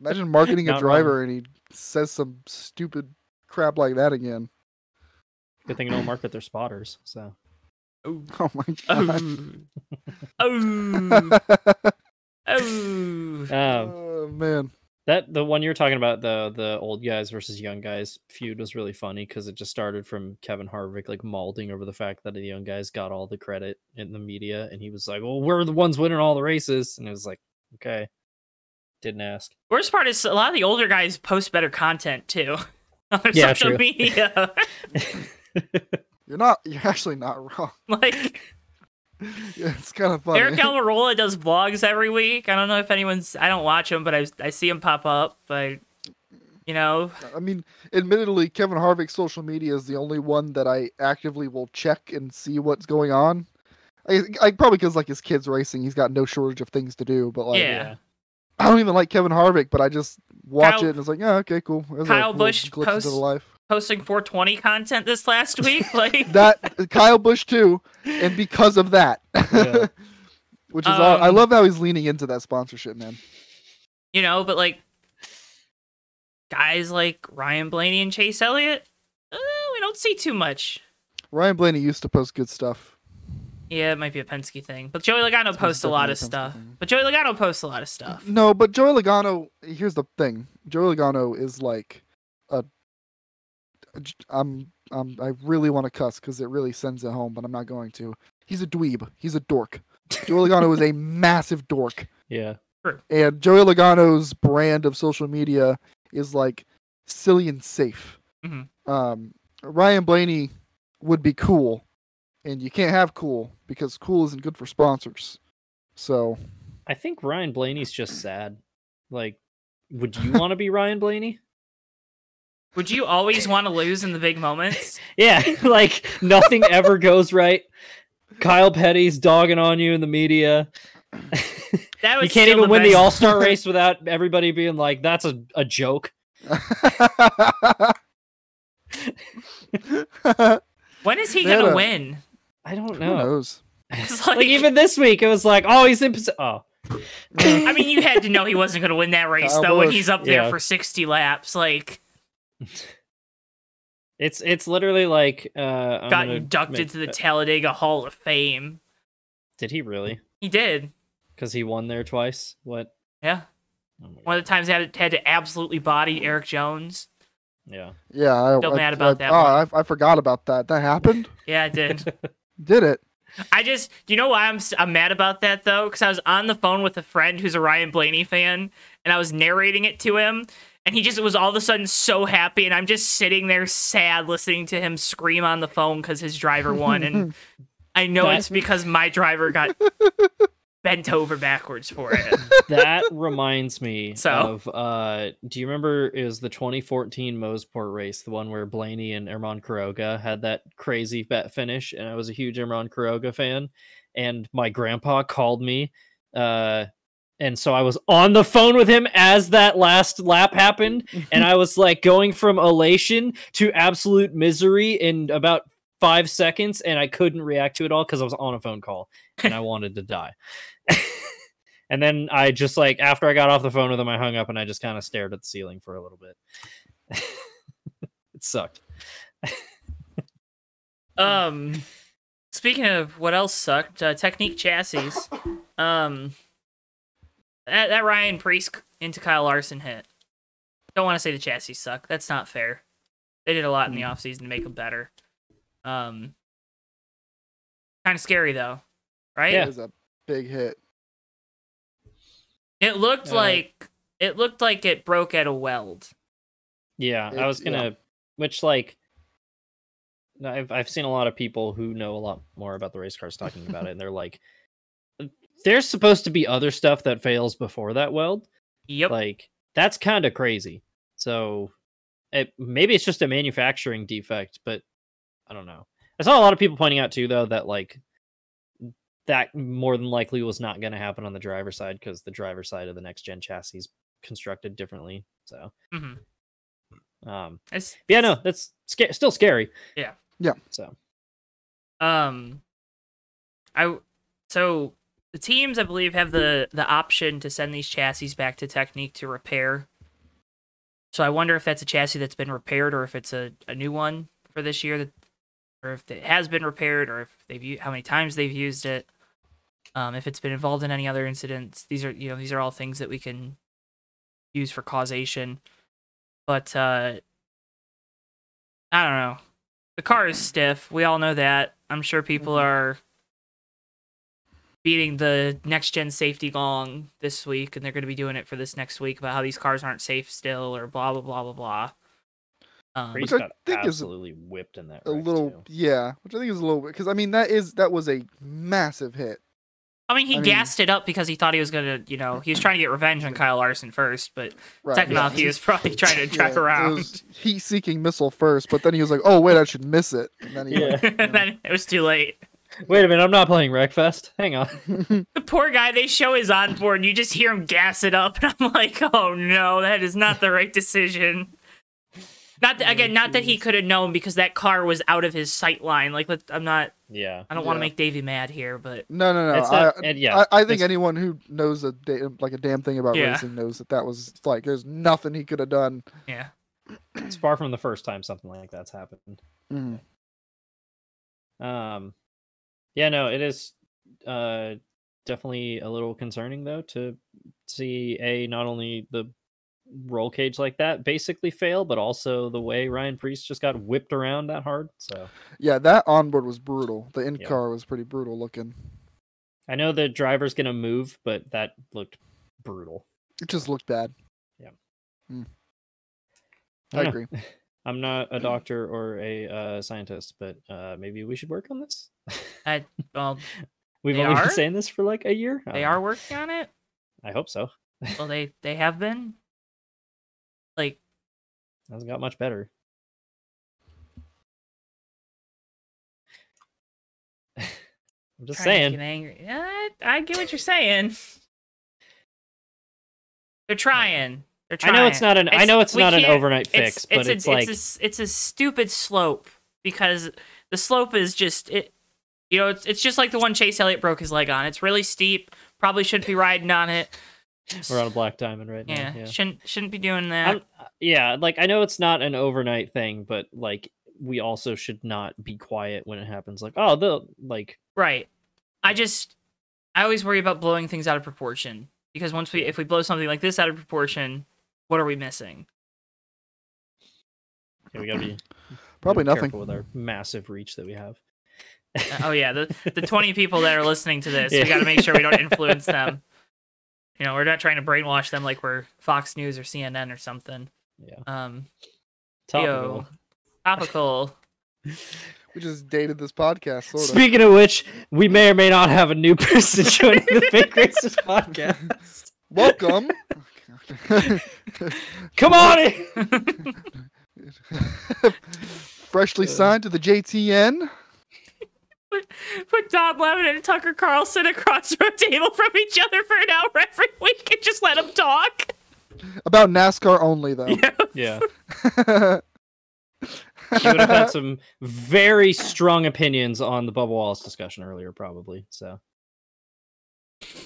Speaker 2: Imagine marketing a
Speaker 1: Not
Speaker 2: driver and he says some stupid crap like that again.
Speaker 1: Good thing I don't market their spotters. So
Speaker 2: Oh my god.
Speaker 3: Oh. oh.
Speaker 1: Mm.
Speaker 3: Oh.
Speaker 1: um,
Speaker 2: oh man.
Speaker 1: that the one you're talking about, the the old guys versus young guys feud was really funny because it just started from Kevin Harvick like malding over the fact that the young guys got all the credit in the media, and he was like, "Well, we're the ones winning all the races," and it was like, "Okay, didn't ask."
Speaker 3: Worst part is a lot of the older guys post better content too on their
Speaker 1: Yeah,
Speaker 3: social
Speaker 1: true.
Speaker 3: media.
Speaker 2: You're not you're actually not wrong.
Speaker 3: like
Speaker 2: Yeah, it's kind of funny.
Speaker 3: Eric Almirola does vlogs every week. I don't know if anyone's. I don't watch him, but I I see him pop up. But you know,
Speaker 2: I mean, admittedly, Kevin Harvick's social media is the only one that I actively will check and see what's going on. I, I probably because like his kids racing, he's got no shortage of things to do. But like,
Speaker 3: Yeah.
Speaker 2: I don't even like Kevin Harvick, but I just watch
Speaker 3: Kyle-
Speaker 2: it and it's like, yeah, okay, cool. There's a
Speaker 3: Kyle
Speaker 2: little
Speaker 3: Busch
Speaker 2: glitch into the
Speaker 3: posts-
Speaker 2: life.
Speaker 3: posting 420 content this last week. Like
Speaker 2: That Kyle Bush too, and because of that,
Speaker 1: Yeah.
Speaker 2: which is all, I
Speaker 3: Um,
Speaker 2: love how he's leaning into that sponsorship, man.
Speaker 3: you know, but like guys like Ryan Blaney and Chase Elliott, uh, we don't see too much.
Speaker 2: Ryan Blaney used to post good stuff.
Speaker 3: Yeah, it might be a Penske thing, but Joey Logano posts a lot of
Speaker 2: definitely a Penske
Speaker 3: stuff.
Speaker 2: thing.
Speaker 3: But Joey Logano posts a lot of stuff.
Speaker 2: No, but Joey Logano. Here's the thing: Joey Logano is like a. I'm I'm I really want to cuss because it really sends it home, but I'm not going to. He's a dweeb. He's a dork. Joey Logano is a massive dork,
Speaker 1: yeah,
Speaker 2: and Joey Logano's brand of social media is like silly and safe.
Speaker 3: Mhm.
Speaker 2: Um, Ryan Blaney would be cool, and you can't have cool because cool isn't good for sponsors. So
Speaker 1: I think Ryan Blaney's just sad. Like, would you want to be Ryan Blaney?
Speaker 3: Would you always want to lose in the big moments?
Speaker 1: Yeah, like nothing ever goes right. Kyle Petty's dogging on you in the media.
Speaker 3: That
Speaker 1: You
Speaker 3: was
Speaker 1: can't
Speaker 3: still
Speaker 1: even win the
Speaker 3: best-
Speaker 1: All Star race without everybody being like, "That's a, a joke."
Speaker 3: When is he
Speaker 2: They had
Speaker 3: gonna
Speaker 2: a-
Speaker 3: win?
Speaker 1: I don't
Speaker 2: Who
Speaker 1: know.
Speaker 2: knows?
Speaker 3: 'Cause,
Speaker 1: Like even this week, it was like, "Oh, he's in." posi- Oh,
Speaker 3: I mean, you had to know he wasn't going to win that race,
Speaker 2: Kyle
Speaker 3: though, when
Speaker 2: Busch.
Speaker 3: he's up there
Speaker 1: Yeah.
Speaker 3: for 60 laps. Like,
Speaker 1: it's it's literally like uh, I'm
Speaker 3: got
Speaker 1: gonna
Speaker 3: inducted
Speaker 1: make-
Speaker 3: to the Talladega Hall of Fame.
Speaker 1: Did he really?
Speaker 3: He did.
Speaker 1: Because he won there twice. What?
Speaker 3: Yeah.
Speaker 1: Oh my
Speaker 3: One of the times he had, had to absolutely body Eric Jones.
Speaker 1: Yeah.
Speaker 2: Yeah, I,
Speaker 3: Still
Speaker 2: I,
Speaker 3: mad about
Speaker 2: I,
Speaker 3: that
Speaker 2: Oh, I, I forgot about that. That happened.
Speaker 3: Yeah, I did.
Speaker 2: Did it?
Speaker 3: I just, you know why I'm, s- I'm mad about that though? Because I was on the phone with a friend who's a Ryan Blaney fan, and I was narrating it to him, and he just was all of a sudden so happy, and I'm just sitting there sad listening to him scream on the phone because his driver won, and I I know
Speaker 1: That-
Speaker 3: it's because my driver got bent over backwards for it.
Speaker 1: that reminds me
Speaker 3: So?
Speaker 1: of uh do you remember is the 2014 Moseport race the one where Blaney and Ermon Kuroga had that crazy bet finish and I was a huge Ermon Kuroga fan and my grandpa called me uh and so I was on the phone with him as that last lap happened and I was like going from elation to absolute misery in about 5 seconds and I couldn't react to it all cuz I was on a phone call and I wanted to die. and then I just like after I got off the phone with him, I hung up and I just kind of stared at the ceiling for a little bit. it sucked.
Speaker 3: Um, speaking of what else sucked, uh, Technique chassis. Um, that, that Ryan Priest into Kyle Larson hit. Don't want to say the chassis suck. That's not fair. They did a lot in
Speaker 1: Hmm.
Speaker 3: the offseason to make them better. Um, kind of scary though, right?
Speaker 1: Yeah.
Speaker 2: It was a big hit.
Speaker 3: It looked
Speaker 1: Uh,
Speaker 3: like it looked like it broke at a weld.
Speaker 1: Yeah,
Speaker 2: It-
Speaker 1: I was
Speaker 2: yeah.
Speaker 1: gonna, which like, no, I've I've seen a lot of people who know a lot more about the race cars talking about it, and they're like, there's supposed to be other stuff that fails before that weld.
Speaker 3: Yep.
Speaker 1: Like that's kind of crazy. So it, maybe it's just a manufacturing defect, but I don't know. I saw a lot of people pointing out too though that like that more than likely was not going to happen on the driver side because the driver side of the next gen chassis is constructed differently. So
Speaker 3: Mhm.
Speaker 2: Mm-hmm.
Speaker 1: um
Speaker 3: It's-
Speaker 1: but yeah, no, that's sca- still scary.
Speaker 3: Yeah.
Speaker 2: Yeah.
Speaker 1: So
Speaker 3: Um, I w- so the teams I believe have the the option to send these chassis back to Technique to repair. So I wonder if that's a chassis that's been repaired or if it's a, a new one for this year that or if it has been repaired or if they've u- how many times they've used it. Um, if it's been involved in any other incidents, these are you know these are all things that we can use for causation. But uh, I don't know the car is stiff. We all know that. I'm sure people are beating the next gen safety gong this week, and they're going to be doing it for this next week about how these cars aren't safe still, or blah blah blah blah blah. Um,
Speaker 1: Priest
Speaker 2: I
Speaker 1: got
Speaker 2: think is
Speaker 1: absolutely whipped in that.
Speaker 2: A
Speaker 1: wreck,
Speaker 2: little,
Speaker 1: too.
Speaker 2: yeah, which I think is a little because I mean that is that was a massive hit.
Speaker 3: I mean, he
Speaker 2: I mean-
Speaker 3: gassed it up because he thought he was going to, you know, he was trying to get revenge on Kyle Larson first, but
Speaker 2: Right.
Speaker 3: second
Speaker 2: yeah.
Speaker 3: off, he was probably trying to
Speaker 2: Yeah,
Speaker 3: drive
Speaker 2: it
Speaker 3: around.
Speaker 2: was heat-seeking missile first, but then he was like, "Oh wait, I should miss it." And then he like,
Speaker 3: and then it was too late.
Speaker 1: Wait a minute, I'm not playing Wreckfest. Hang on.
Speaker 3: The poor guy, they show his onboard and you just hear him gas it up. And I'm like, oh no, that is not the right decision. Not that, again, not that he could have known because that car was out of his sight line. Like, let, I'm not,
Speaker 1: Yeah.
Speaker 3: I don't want to
Speaker 2: Yeah.
Speaker 3: make Davey mad here, but
Speaker 2: no, no, no.
Speaker 1: It's
Speaker 2: I,
Speaker 1: not, and yeah.
Speaker 2: I, I think
Speaker 1: it's-
Speaker 2: anyone who knows a da- like a damn thing about
Speaker 3: Yeah.
Speaker 2: racing knows that that was like there's nothing he could have done.
Speaker 3: yeah.
Speaker 1: it's far from the first time something like that's happened.
Speaker 2: Mm.
Speaker 1: Um, yeah, no, it is uh, definitely a little concerning though to see a not only the roll cage like that basically fail, but also the way Ryan Priest just got whipped around that hard. So
Speaker 2: Yeah, that onboard was brutal. The in
Speaker 1: Yeah.
Speaker 2: car was pretty brutal looking.
Speaker 1: I know the driver's gonna move, but that looked brutal.
Speaker 2: It just looked bad.
Speaker 1: Yeah.
Speaker 2: Mm.
Speaker 1: I
Speaker 2: I
Speaker 1: know.
Speaker 2: agree.
Speaker 1: I'm not a doctor or a uh, scientist, but uh, maybe we should work on this.
Speaker 3: I, well,
Speaker 1: We've
Speaker 3: They
Speaker 1: only
Speaker 3: are?
Speaker 1: been saying this for like a year. I
Speaker 3: they
Speaker 1: don't
Speaker 3: are
Speaker 1: know.
Speaker 3: working on it.
Speaker 1: I hope so.
Speaker 3: Well, they, they have been. Like,
Speaker 1: Hasn't got much better. I'm just saying.
Speaker 3: trying to get angry. Yeah, I- I get what you're saying. They're trying.
Speaker 1: I
Speaker 3: They're trying.
Speaker 1: know it's not an. I
Speaker 3: It's-
Speaker 1: know it's
Speaker 3: we
Speaker 1: not an
Speaker 3: can't-
Speaker 1: overnight fix, but it's,
Speaker 3: a,
Speaker 1: like
Speaker 3: a s- it's a stupid slope because the slope is just it. You know, it's it's just like the one Chase Elliott broke his leg on. It's really steep. Probably shouldn't be riding on it.
Speaker 1: we're on a black diamond right
Speaker 3: Yeah,
Speaker 1: now. Yeah.
Speaker 3: shouldn't shouldn't be doing that.
Speaker 1: I'm- yeah, like I know it's not an overnight thing, but like we also should not be quiet when it happens. Like oh, the like
Speaker 3: Right. I just I always worry about blowing things out of proportion because once we if we blow something like this out of proportion, what are we missing?
Speaker 1: yeah, we gotta be
Speaker 2: Probably
Speaker 1: careful
Speaker 2: nothing.
Speaker 1: with our massive reach that we have.
Speaker 3: Uh, oh yeah, the the 20 people that are listening to this,
Speaker 1: Yeah.
Speaker 3: we got to make sure we don't influence them. You know, we're not trying to brainwash them like we're Fox News or CNN or something.
Speaker 1: Yeah.
Speaker 3: Um,
Speaker 1: Topical.
Speaker 3: Yo, topical.
Speaker 2: We just dated this podcast, sort of.
Speaker 1: Speaking of which, we may or may not have a new person joining the Fake Racist podcast.
Speaker 2: Welcome.
Speaker 1: Come on in.
Speaker 2: Freshly signed to the JTN.
Speaker 3: Put Don Lemon and Tucker Carlson across from a table from each other for an hour every week and just let them talk.
Speaker 2: About NASCAR only, though.
Speaker 1: Yeah. You would have had some very strong opinions on the Bubba Wallace discussion earlier, probably. So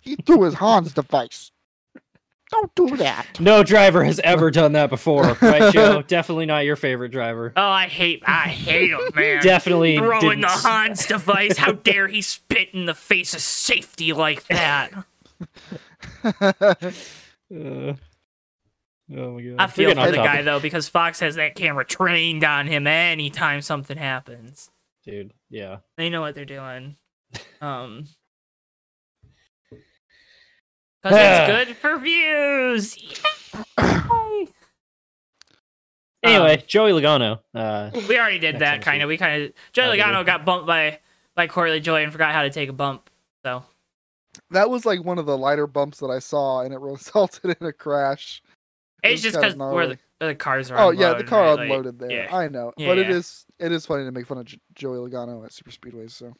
Speaker 2: he threw his Hans device. Don't do that.
Speaker 1: no driver has ever done that before, right, Joe? Definitely not your favorite driver.
Speaker 3: Oh, I hate, I hate him, man.
Speaker 1: Definitely
Speaker 3: Uh, Throwing
Speaker 1: didn't.
Speaker 3: the Hans device. How dare he spit in the face of safety like that?
Speaker 1: Uh, oh my god!
Speaker 3: I feel
Speaker 1: We're getting
Speaker 3: for
Speaker 1: off
Speaker 3: the
Speaker 1: topic.
Speaker 3: guy though because Fox has that camera trained on him anytime something happens.
Speaker 1: dude. Yeah.
Speaker 3: They know what they're doing. Um 'cause
Speaker 1: Ah.
Speaker 3: it's good for views. Yay!
Speaker 1: Anyway, Joey Logano. Uh,
Speaker 3: Um, we already did
Speaker 1: Next
Speaker 3: that
Speaker 1: episode.
Speaker 3: kind of. We kind of Joey
Speaker 1: Oh, did
Speaker 3: Logano
Speaker 1: we?
Speaker 3: got bumped by by Corley Joy and forgot how to take a bump. So
Speaker 2: That was like one of the lighter bumps that I saw, and it resulted in a crash. It
Speaker 3: it's
Speaker 2: was
Speaker 3: just
Speaker 2: kinda
Speaker 3: because where the,
Speaker 2: gnarly.
Speaker 3: where the cars are.
Speaker 2: Oh yeah, the
Speaker 3: unloaded,
Speaker 2: car
Speaker 3: right? Like,
Speaker 2: unloaded there.
Speaker 3: yeah.
Speaker 2: I know,
Speaker 3: Yeah,
Speaker 2: but it
Speaker 3: yeah.
Speaker 2: is it is funny to make fun of J- Joey Logano at super speedways. So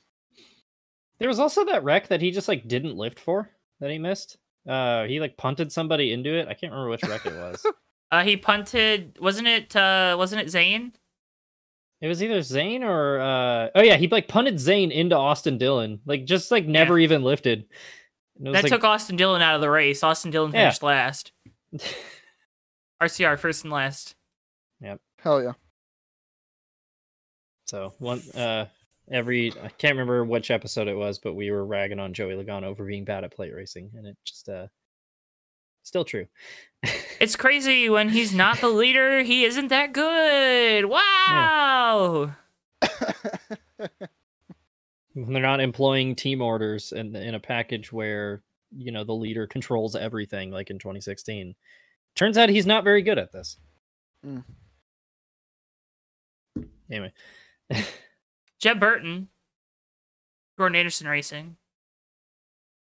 Speaker 1: There was also that wreck that he just like didn't lift for that he missed. Uh, he like punted somebody into it. I can't remember which wreck it was.
Speaker 3: uh, he punted. Wasn't it? Uh, wasn't it Zane?
Speaker 1: it was either Zane or uh, oh yeah, he like punted Zane into Austin Dillon. Like just like never even lifted. And it was
Speaker 3: That
Speaker 1: like,
Speaker 3: took Austin Dillon out of the race. Austin Dillon
Speaker 1: Yeah.
Speaker 3: finished last. RCR first and last.
Speaker 2: hell yeah.
Speaker 1: so one uh every I can't remember which episode it was, but we were ragging on Joey Logano for being bad at plate racing, and it just uh still true.
Speaker 3: It's crazy when he's not the leader, he isn't that good. Wow.
Speaker 1: when they're not employing team orders and in a package where you know the leader controls everything like in 2016 turns out he's not very good at this
Speaker 2: Mm.
Speaker 1: anyway
Speaker 3: Jeb Burton, Jordan Anderson Racing,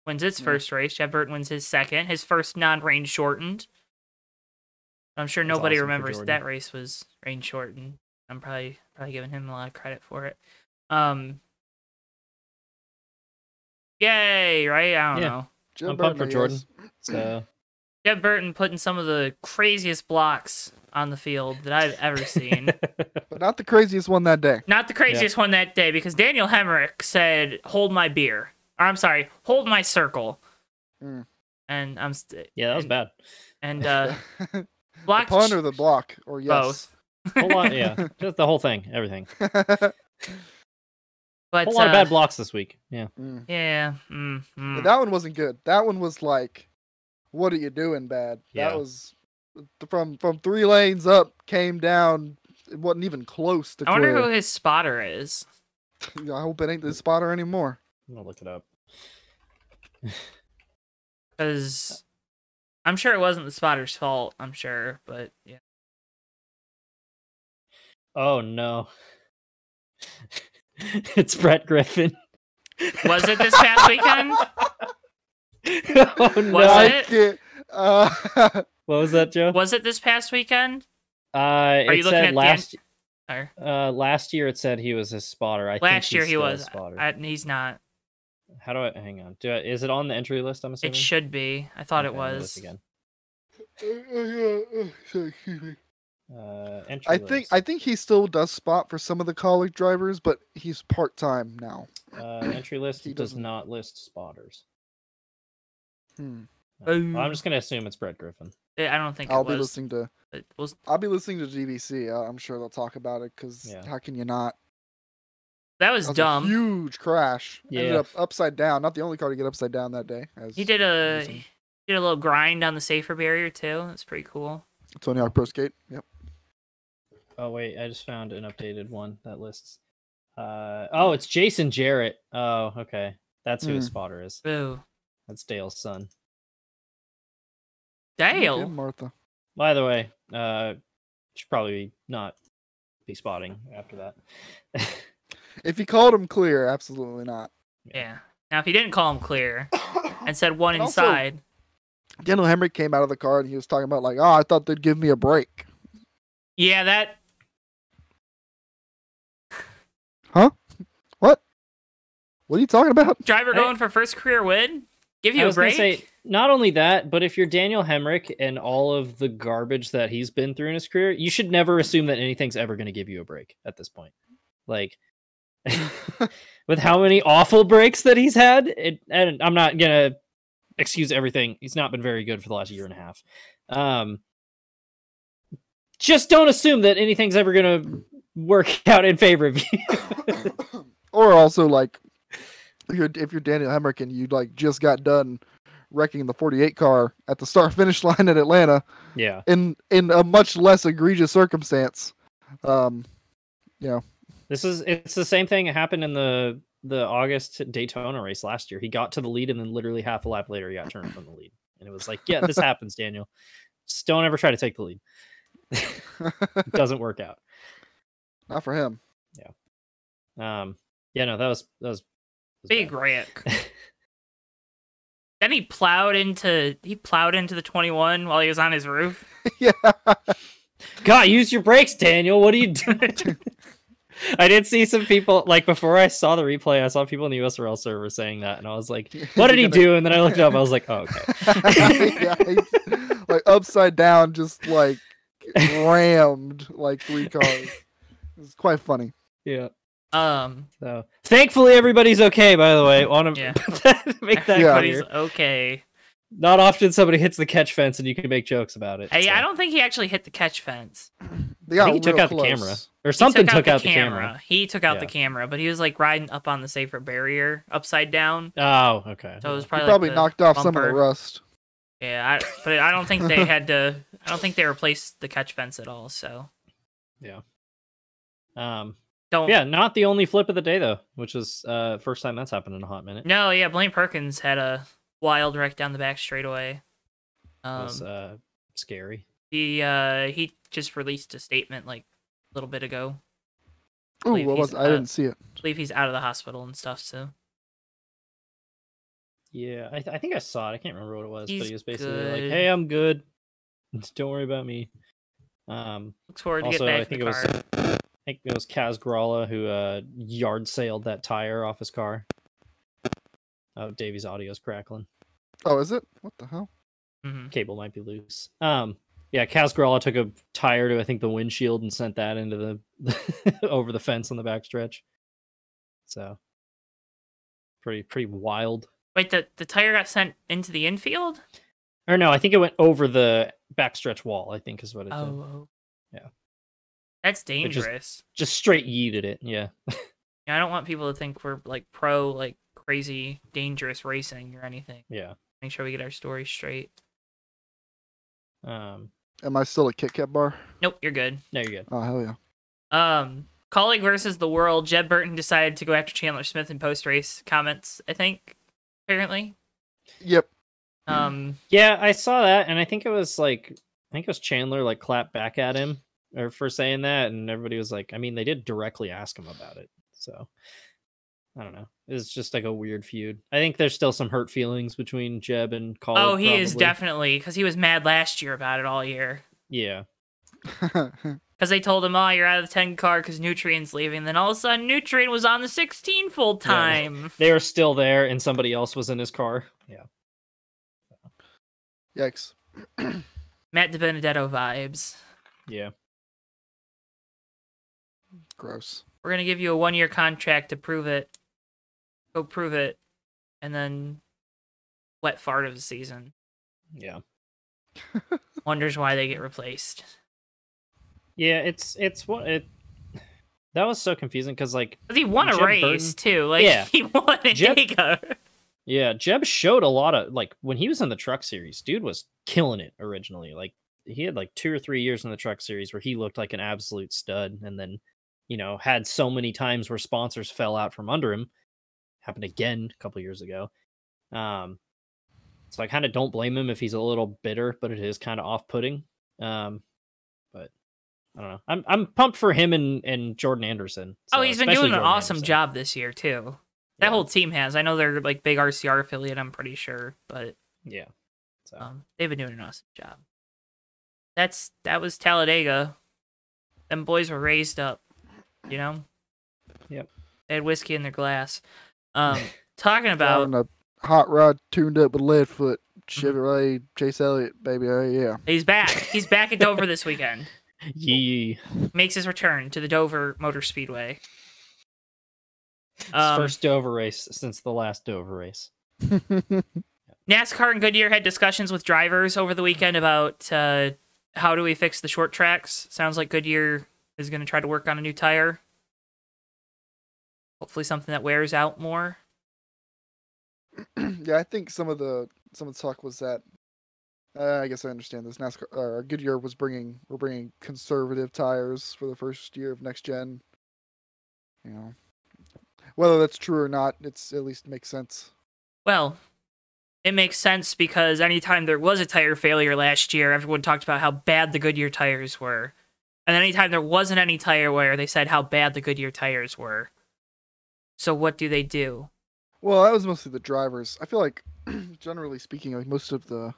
Speaker 3: wins its
Speaker 2: Yeah.
Speaker 3: first race. Jeb Burton wins his second, his first non rain shortened. I'm sure
Speaker 1: That's
Speaker 3: nobody
Speaker 1: awesome for
Speaker 3: remembers
Speaker 1: Jordan.
Speaker 3: that race was rain shortened. I'm probably probably giving him a lot of credit for it. Um, yay, right? I don't
Speaker 1: Yeah.
Speaker 3: know.
Speaker 2: Jim
Speaker 1: I'm pumped for Jordan. so
Speaker 3: Jeb Burton putting some of the craziest blocks on the field that I've ever seen.
Speaker 2: but not the craziest one that day.
Speaker 3: Not the craziest one that day because Daniel Hemrick said, "Hold my beer." Or, I'm sorry, hold my circle.
Speaker 2: Mm.
Speaker 3: And I'm st-
Speaker 1: yeah that was bad
Speaker 3: and uh,
Speaker 2: the
Speaker 3: blocked
Speaker 2: pun or the block or yes.
Speaker 3: both,
Speaker 1: whole lot, yeah just the whole thing everything
Speaker 3: but
Speaker 1: a whole lot of
Speaker 3: uh,
Speaker 1: bad blocks this week yeah
Speaker 2: Mm.
Speaker 3: Yeah, mm, mm.
Speaker 2: But that one wasn't good. That one was like, "What are you doing, bad?"
Speaker 1: Yeah.
Speaker 2: That was from from three lanes up, came down. It wasn't even close to
Speaker 3: I wonder who
Speaker 2: clear.
Speaker 3: his spotter is.
Speaker 2: I hope it ain't the spotter anymore.
Speaker 1: i'm gonna look it up
Speaker 3: Because I'm sure it wasn't the spotter's fault. I'm sure, but yeah.
Speaker 1: oh no it's brett griffin
Speaker 3: Was it this past weekend?
Speaker 1: oh, no.
Speaker 3: Was it?
Speaker 2: I can't. Uh,
Speaker 1: what was that joe
Speaker 3: Was it this past weekend?
Speaker 1: uh are
Speaker 3: you
Speaker 1: it
Speaker 3: looking
Speaker 1: said
Speaker 3: at the end-
Speaker 1: last
Speaker 3: Or
Speaker 1: Uh, last year it said he was his spotter. I think
Speaker 3: last
Speaker 1: he's
Speaker 3: year he
Speaker 1: still a
Speaker 3: was.
Speaker 1: spotter.
Speaker 3: I, he's not.
Speaker 1: How do I hang on? Do I, is it on the entry list? I'm assuming.
Speaker 3: It should be. I thought it
Speaker 1: Okay, let me look
Speaker 3: was.
Speaker 1: again. Uh, entry
Speaker 2: I think I think he still does spot for some of the college drivers, but he's part time now.
Speaker 1: uh, entry list
Speaker 2: he
Speaker 1: does
Speaker 2: doesn't-
Speaker 1: not list spotters.
Speaker 2: Hmm.
Speaker 1: No.
Speaker 3: Um,
Speaker 1: I'm just gonna assume it's Brett Griffin.
Speaker 3: I don't think
Speaker 2: I'll
Speaker 3: it
Speaker 2: be
Speaker 3: was.
Speaker 2: listening to
Speaker 3: It was
Speaker 2: I'll be listening to GBC. I- I'm sure they'll talk about it because
Speaker 1: Yeah.
Speaker 2: how can you not?
Speaker 3: that was
Speaker 2: That was a
Speaker 3: dumb.
Speaker 2: huge crash. Ended
Speaker 1: Yeah.
Speaker 2: up upside down. Not the only car to get upside down that day. As
Speaker 3: He did a
Speaker 2: Amazing.
Speaker 3: he did a little grind on the safer barrier too. That's pretty cool.
Speaker 2: Tony Hawk Pro Skate. Yep.
Speaker 1: Oh wait, I just found an updated one that lists. Uh, oh, it's Jason Jarrett. Oh, okay, that's who his
Speaker 2: Hmm.
Speaker 1: spotter is.
Speaker 3: Ooh,
Speaker 1: That's Dale's son.
Speaker 2: Look at
Speaker 3: Dale.
Speaker 2: Martha.
Speaker 1: By the way, uh, should probably not be spotting after that.
Speaker 2: If you called him clear, absolutely not.
Speaker 3: Yeah. Now, if he didn't call him clear and said one
Speaker 2: And also-
Speaker 3: inside,
Speaker 2: Daniel Henry came out of the car and he was talking about like, oh, I thought they'd give me a break.
Speaker 3: yeah, that.
Speaker 2: What are you talking about?
Speaker 3: driver
Speaker 1: I-
Speaker 3: going for first career win give
Speaker 1: I
Speaker 3: you a
Speaker 1: was gonna
Speaker 3: break
Speaker 1: say not only that, but if you're Daniel Hemrick and all of the garbage that he's been through in his career, you should never assume that anything's ever going to give you a break at this point. Like with how many awful breaks that he's had, it, and I'm not gonna excuse everything. He's not been very good for the last year and a half. Um, just don't assume that anything's ever gonna work out in favor of you.
Speaker 2: or also like, if you're, if you're Daniel Hemrick and you like just got done wrecking the 48 car at the start finish line at Atlanta
Speaker 1: yeah,
Speaker 2: in in a much less egregious circumstance, um,
Speaker 1: This is it's the same thing that happened in the the August Daytona race last year. He got to the lead and then literally half a lap later he got turned from the lead. And it was like, yeah, this happens, Daniel. Just don't ever try to take the lead. It doesn't work out.
Speaker 2: not for him.
Speaker 1: Um yeah, no, that was that was, that was
Speaker 3: big
Speaker 1: bad.
Speaker 3: wreck then he plowed into he plowed into the 21 while he was on his roof
Speaker 2: yeah,
Speaker 1: God, use your brakes, Daniel. What are you doing? I did see some people like before I saw the replay, I saw people in the USRL server saying that and I was like, what did he do? And then I looked it up, I was like, oh okay.
Speaker 2: yeah, he- like upside down, just like rammed like three cars. It's quite funny.
Speaker 1: Yeah.
Speaker 3: um
Speaker 1: So thankfully everybody's okay. By the way, want to
Speaker 3: Yeah.
Speaker 1: make that
Speaker 2: Yeah.
Speaker 3: but
Speaker 1: clear.
Speaker 3: he's okay
Speaker 1: Not often somebody hits the catch fence and you can make jokes about it.
Speaker 3: hey
Speaker 1: so.
Speaker 3: i don't think he actually hit the catch fence
Speaker 2: They
Speaker 1: I
Speaker 2: got
Speaker 1: think he took
Speaker 2: real
Speaker 1: out the camera
Speaker 2: close.
Speaker 1: or
Speaker 3: He
Speaker 1: something. Took, out, the, camera.
Speaker 3: he took out the
Speaker 1: Yeah.
Speaker 3: camera but he was like riding up on the safer barrier upside down
Speaker 1: Oh, okay.
Speaker 3: so it was
Speaker 2: He
Speaker 3: probably, like,
Speaker 2: probably
Speaker 3: the
Speaker 2: knocked off some of the
Speaker 3: bumper.
Speaker 2: rust.
Speaker 3: yeah I, but i don't think they had to i don't think they replaced the catch fence at all so
Speaker 1: Um,
Speaker 3: don't
Speaker 1: yeah, not the only flip of the day though, which is uh first time that's happened in a hot minute.
Speaker 3: No, yeah, Blaine Perkins had a wild wreck down the back straightaway.
Speaker 1: It
Speaker 3: Um,
Speaker 1: was uh, scary.
Speaker 3: he uh, he just released a statement like a little bit ago.
Speaker 2: Ooh,
Speaker 3: believe
Speaker 2: what
Speaker 3: he's
Speaker 2: was I
Speaker 3: up.
Speaker 2: didn't see it.
Speaker 3: I believe he's out of the hospital and stuff. So
Speaker 1: Yeah, I, th- I think I saw it. I can't remember what it was, but
Speaker 3: He's
Speaker 1: he was basically
Speaker 3: good.
Speaker 1: like, "Hey, I'm good. Don't worry about me." Um,
Speaker 3: looks forward to
Speaker 1: also,
Speaker 3: get back
Speaker 1: I think
Speaker 3: in
Speaker 1: it was
Speaker 3: the car.
Speaker 1: I think it was Kaz Gralla who uh, yard sailed that tire off his car. Oh, Davy's audio's crackling.
Speaker 2: Oh, is it? What the hell?
Speaker 3: Mhm.
Speaker 1: Cable might be loose. Um, yeah, Kaz Gralla took a tire to I think the windshield and sent that into the over the fence on the backstretch. So pretty pretty wild.
Speaker 3: Wait, the the tire got sent into the infield.
Speaker 1: Or no, I think it went over the backstretch wall. I think is what it
Speaker 3: Oh,
Speaker 1: did.
Speaker 3: oh.
Speaker 1: Yeah.
Speaker 3: that's
Speaker 1: just-
Speaker 3: dangerous.
Speaker 1: Just straight yeeted it. Yeah.
Speaker 3: Yeah, I don't want people to think we're like pro like crazy dangerous racing or anything.
Speaker 1: Yeah.
Speaker 3: Make sure we get our story straight.
Speaker 1: Um,
Speaker 2: Am I still a Kit Kat bar?
Speaker 3: Nope, you're good.
Speaker 1: no, you're good.
Speaker 2: Oh hell yeah.
Speaker 3: Um, colleague versus the world. Jeb Burton decided to go after Chandler Smith in post race comments. I think apparently.
Speaker 2: Yep.
Speaker 3: Um,
Speaker 1: Yeah, I saw that, and I think it was like I think it was Chandler like clapped back at him or for saying that, and everybody was like, I mean, they did directly ask him about it, so I don't know. It's just like a weird feud. I think there's still some hurt feelings between Jeb and Colin.
Speaker 3: oh, he is
Speaker 1: probably.
Speaker 3: definitely because he was mad last year about it all year
Speaker 1: yeah,
Speaker 3: because they told him, "Oh, you're out of the ten car because Nutrient's leaving." Then all of a sudden, Nutrient was on the sixteen full
Speaker 1: Yeah, I
Speaker 3: time.
Speaker 1: they are still there, and somebody else was in his car. Yeah,
Speaker 2: Yikes.
Speaker 3: Matt De Benedetto vibes.
Speaker 1: yeah,
Speaker 2: Gross.
Speaker 3: We're gonna give you a one year contract to prove it. Go prove it, and then wet fart of the season.
Speaker 1: yeah,
Speaker 3: Wonders why they get replaced.
Speaker 1: yeah. It's it's what it. That was so confusing because like
Speaker 3: 'Cause he won a
Speaker 1: Jeb
Speaker 3: race
Speaker 1: Burton-
Speaker 3: too. Like
Speaker 1: Yeah.
Speaker 3: he won Oh, a
Speaker 1: Jeb-
Speaker 3: Jacob.
Speaker 1: Yeah, Jeb showed a lot of like when he was in the truck series, dude was killing it originally. Like he had like two or three years in the truck series where he looked like an absolute stud and then, you know, had so many times where sponsors fell out from under him. Happened again a couple years ago. Um so I kind of don't blame him if he's a little bitter, but it is kind of off-putting. Um but I don't know. I'm I'm pumped for him and and Jordan Anderson.
Speaker 3: oh,
Speaker 1: so,
Speaker 3: he's been
Speaker 1: especially
Speaker 3: doing an
Speaker 1: Jordan
Speaker 3: awesome
Speaker 1: Anderson.
Speaker 3: job this year too. That
Speaker 1: Yeah.
Speaker 3: whole team has. I know they're like big RCR affiliate. I'm pretty sure, but
Speaker 1: Yeah. So
Speaker 3: um, they've been doing an awesome job. That's that was Talladega. Them boys were raised up, you know.
Speaker 1: Yep.
Speaker 3: They had whiskey in their glass. Um, talking about
Speaker 2: Driving a hot rod tuned up with Leadfoot, Chevrolet, Chase Elliott, baby. Oh yeah.
Speaker 3: He's back. He's back at Dover this weekend.
Speaker 1: yee. His
Speaker 3: Makes his return to the Dover Motor Speedway. Um,
Speaker 1: first Dover race since the last Dover race.
Speaker 3: NASCAR and Goodyear had discussions with drivers over the weekend about uh, how do we fix the short tracks. Sounds like Goodyear is going to try to work on a new tire. Hopefully, something that wears out more.
Speaker 2: yeah, I think some of the some of the talk was that. Uh, I guess I understand this. NASCAR or Goodyear was bringing we're bringing conservative tires for the first year of next gen. You know, whether that's true or not, it's at least makes sense.
Speaker 3: Well, it makes sense because anytime there was a tire failure last year, everyone talked about how bad the Goodyear tires were. And anytime there wasn't any tire wear, they said how bad the Goodyear tires were. So what do they do?
Speaker 2: Well, that was mostly the drivers. I feel like, generally speaking, like most of the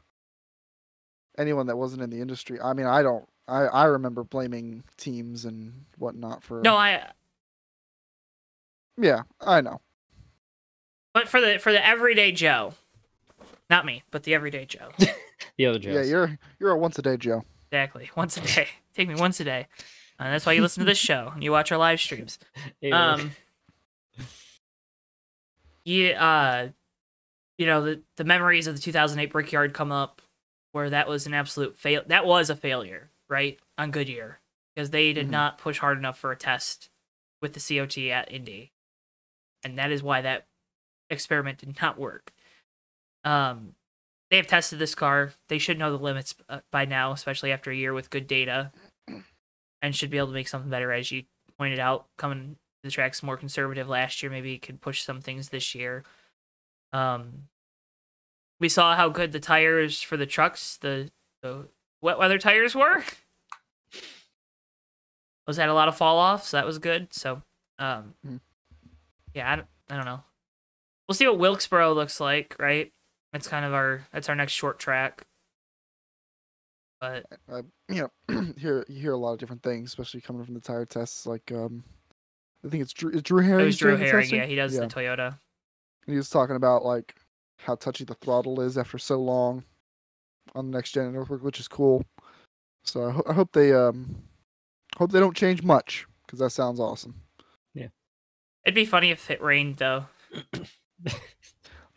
Speaker 2: anyone that wasn't in the industry. I mean, I don't. I I remember blaming teams and whatnot for.
Speaker 3: No, I
Speaker 2: Yeah, I know.
Speaker 3: but for the for the everyday Joe. Not me, but the everyday Joe.
Speaker 1: The other
Speaker 2: Yeah,
Speaker 1: Joes.
Speaker 2: you're you're a once a day Joe.
Speaker 3: Exactly. Once a day. Take me once a day. Uh, that's why you listen to this show and you watch our live streams.
Speaker 1: Hey,
Speaker 3: Um, yeah, uh, you know the the memories of the 2008 Brickyard come up, where that was an absolute fail. That was a failure, right, on Goodyear because they did
Speaker 2: Mhm.
Speaker 3: not push hard enough for a test with the COT at Indy, and that is why that experiment did not work. Um, they have tested this car. They should know the limits uh, by now, especially after a year with good data, and should be able to make something better, as you pointed out, coming the track's more conservative last year. Maybe it could push some things this year. Um, we saw how good the tires for the trucks, the, the wet weather tires were. Was that a lot of fall off? So that was good. So, um,
Speaker 2: Mhm.
Speaker 3: yeah, I don't, I don't know. We'll see what Wilkesboro looks like, right? That's kind of our that's our next short track. But
Speaker 2: you know, hear you hear a lot of different things, especially coming from the tire tests. Like, um, I think it's Drew, is Drew
Speaker 3: it
Speaker 2: Herring.
Speaker 3: was Drew
Speaker 2: doing the
Speaker 3: Herring,
Speaker 2: testing?
Speaker 3: yeah, he does
Speaker 2: Yeah.
Speaker 3: the Toyota.
Speaker 2: And he was talking about like how touchy the throttle is after so long on the next gen at Northwick, which is cool. So I, ho- I hope they um hope they don't change much because that sounds awesome.
Speaker 3: It'd be funny if it rained though.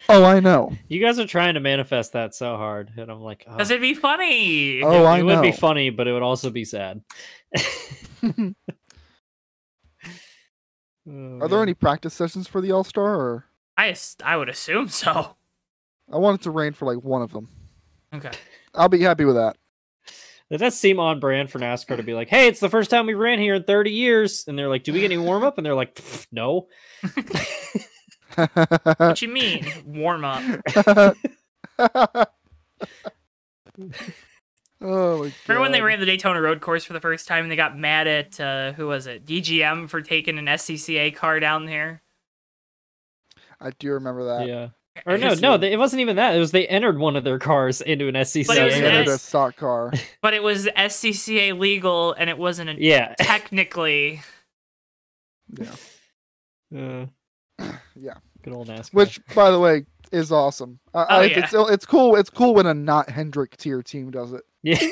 Speaker 2: Oh, I know.
Speaker 1: you guys are trying to manifest that so hard, and I'm like, oh,
Speaker 3: Cause it'd be funny.
Speaker 2: Oh,
Speaker 1: it,
Speaker 2: I
Speaker 1: it would be
Speaker 2: know.
Speaker 1: funny, but it would also be sad. Oh,
Speaker 3: Oh,
Speaker 2: Are there any practice sessions for the All Star? Or
Speaker 3: I as- I would assume so.
Speaker 2: I want it to rain for like one of them.
Speaker 3: Okay.
Speaker 2: I'll be happy with that.
Speaker 1: It does seem on brand for NASCAR to be like, "Hey, it's the first time we ran here in 30 years," and they're like, "Do we get any warm up?" And they're like, "Pff, "No."
Speaker 3: What you mean warm up?
Speaker 2: oh my god!
Speaker 3: Remember when they ran the Daytona Road Course for the first time and they got mad at uh, who was it? DGM for taking an SCCA car down there.
Speaker 2: I do remember that.
Speaker 1: yeah. Or
Speaker 3: I
Speaker 1: Oh, no,
Speaker 3: just-
Speaker 1: no, they, it wasn't even that. It was they entered one of their cars into an SCCA.
Speaker 3: But it
Speaker 2: yeah,
Speaker 3: was
Speaker 2: they entered
Speaker 3: an
Speaker 2: a stock car.
Speaker 3: But it was SCCA legal and it wasn't a-
Speaker 1: yeah.
Speaker 3: technically.
Speaker 2: Yeah.
Speaker 1: Uh,
Speaker 2: Yeah.
Speaker 1: Good old NASCAR.
Speaker 2: Which, by the way, is awesome. I, I,
Speaker 3: Oh,
Speaker 2: it's-
Speaker 3: yeah.
Speaker 2: it's, it's cool. It's cool when a not Hendrick tier team does it.
Speaker 1: yeah.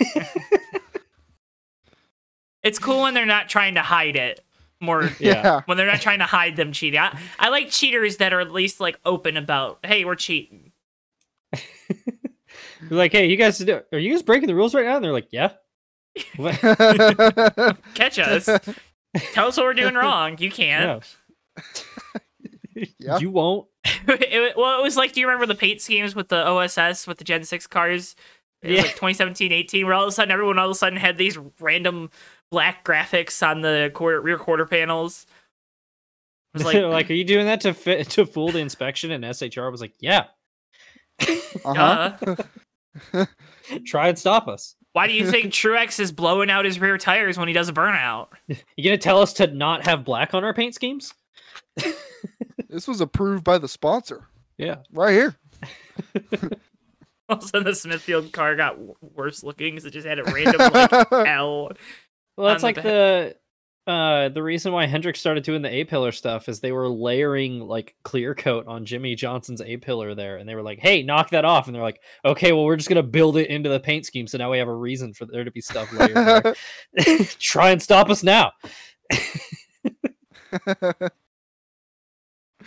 Speaker 3: It's cool when they're not trying to hide it. More
Speaker 1: yeah.
Speaker 3: when they're not trying to hide them cheating. I, I like cheaters that are at least like open about, hey, we're cheating.
Speaker 1: They're like, "Hey, you guys, do- are you guys breaking the rules right now?" And they're like, "Yeah." What?
Speaker 2: Yeah.
Speaker 3: Catch us. Tell us what we're doing wrong. You can't.
Speaker 1: No.
Speaker 2: Yeah.
Speaker 1: You won't.
Speaker 3: it, well, it was like, do you remember the paint schemes with the OSS with the Gen 6 cars? It was
Speaker 1: Yeah.
Speaker 3: like 2017, 18, where all of a sudden everyone all of a sudden had these random black graphics on the quarter, rear quarter panels. It was like,
Speaker 1: They're like, "Are you doing that to fit, to fool the inspection?" And SHR was like, "Yeah,
Speaker 2: Uh-huh.
Speaker 3: uh,
Speaker 1: try and stop us."
Speaker 3: Why do you think Truex is blowing out his rear tires when he does a burnout?
Speaker 1: You gonna tell us to not have black on our paint schemes?
Speaker 2: This was approved by the sponsor
Speaker 1: Yeah.
Speaker 2: right here.
Speaker 3: Also, the Smithfield car got w- worse looking because it just had a random like L.
Speaker 1: Well, that's
Speaker 3: on
Speaker 1: like
Speaker 3: the
Speaker 1: the uh the reason why Hendrick started doing the A pillar stuff is they were layering like clear coat on Jimmy Johnson's A pillar there, and they were like, "Hey, knock that off," and they're like, "Okay, well, we're just gonna build it into the paint scheme, so now we have a reason for there to be stuff layered." there." Try and stop us now.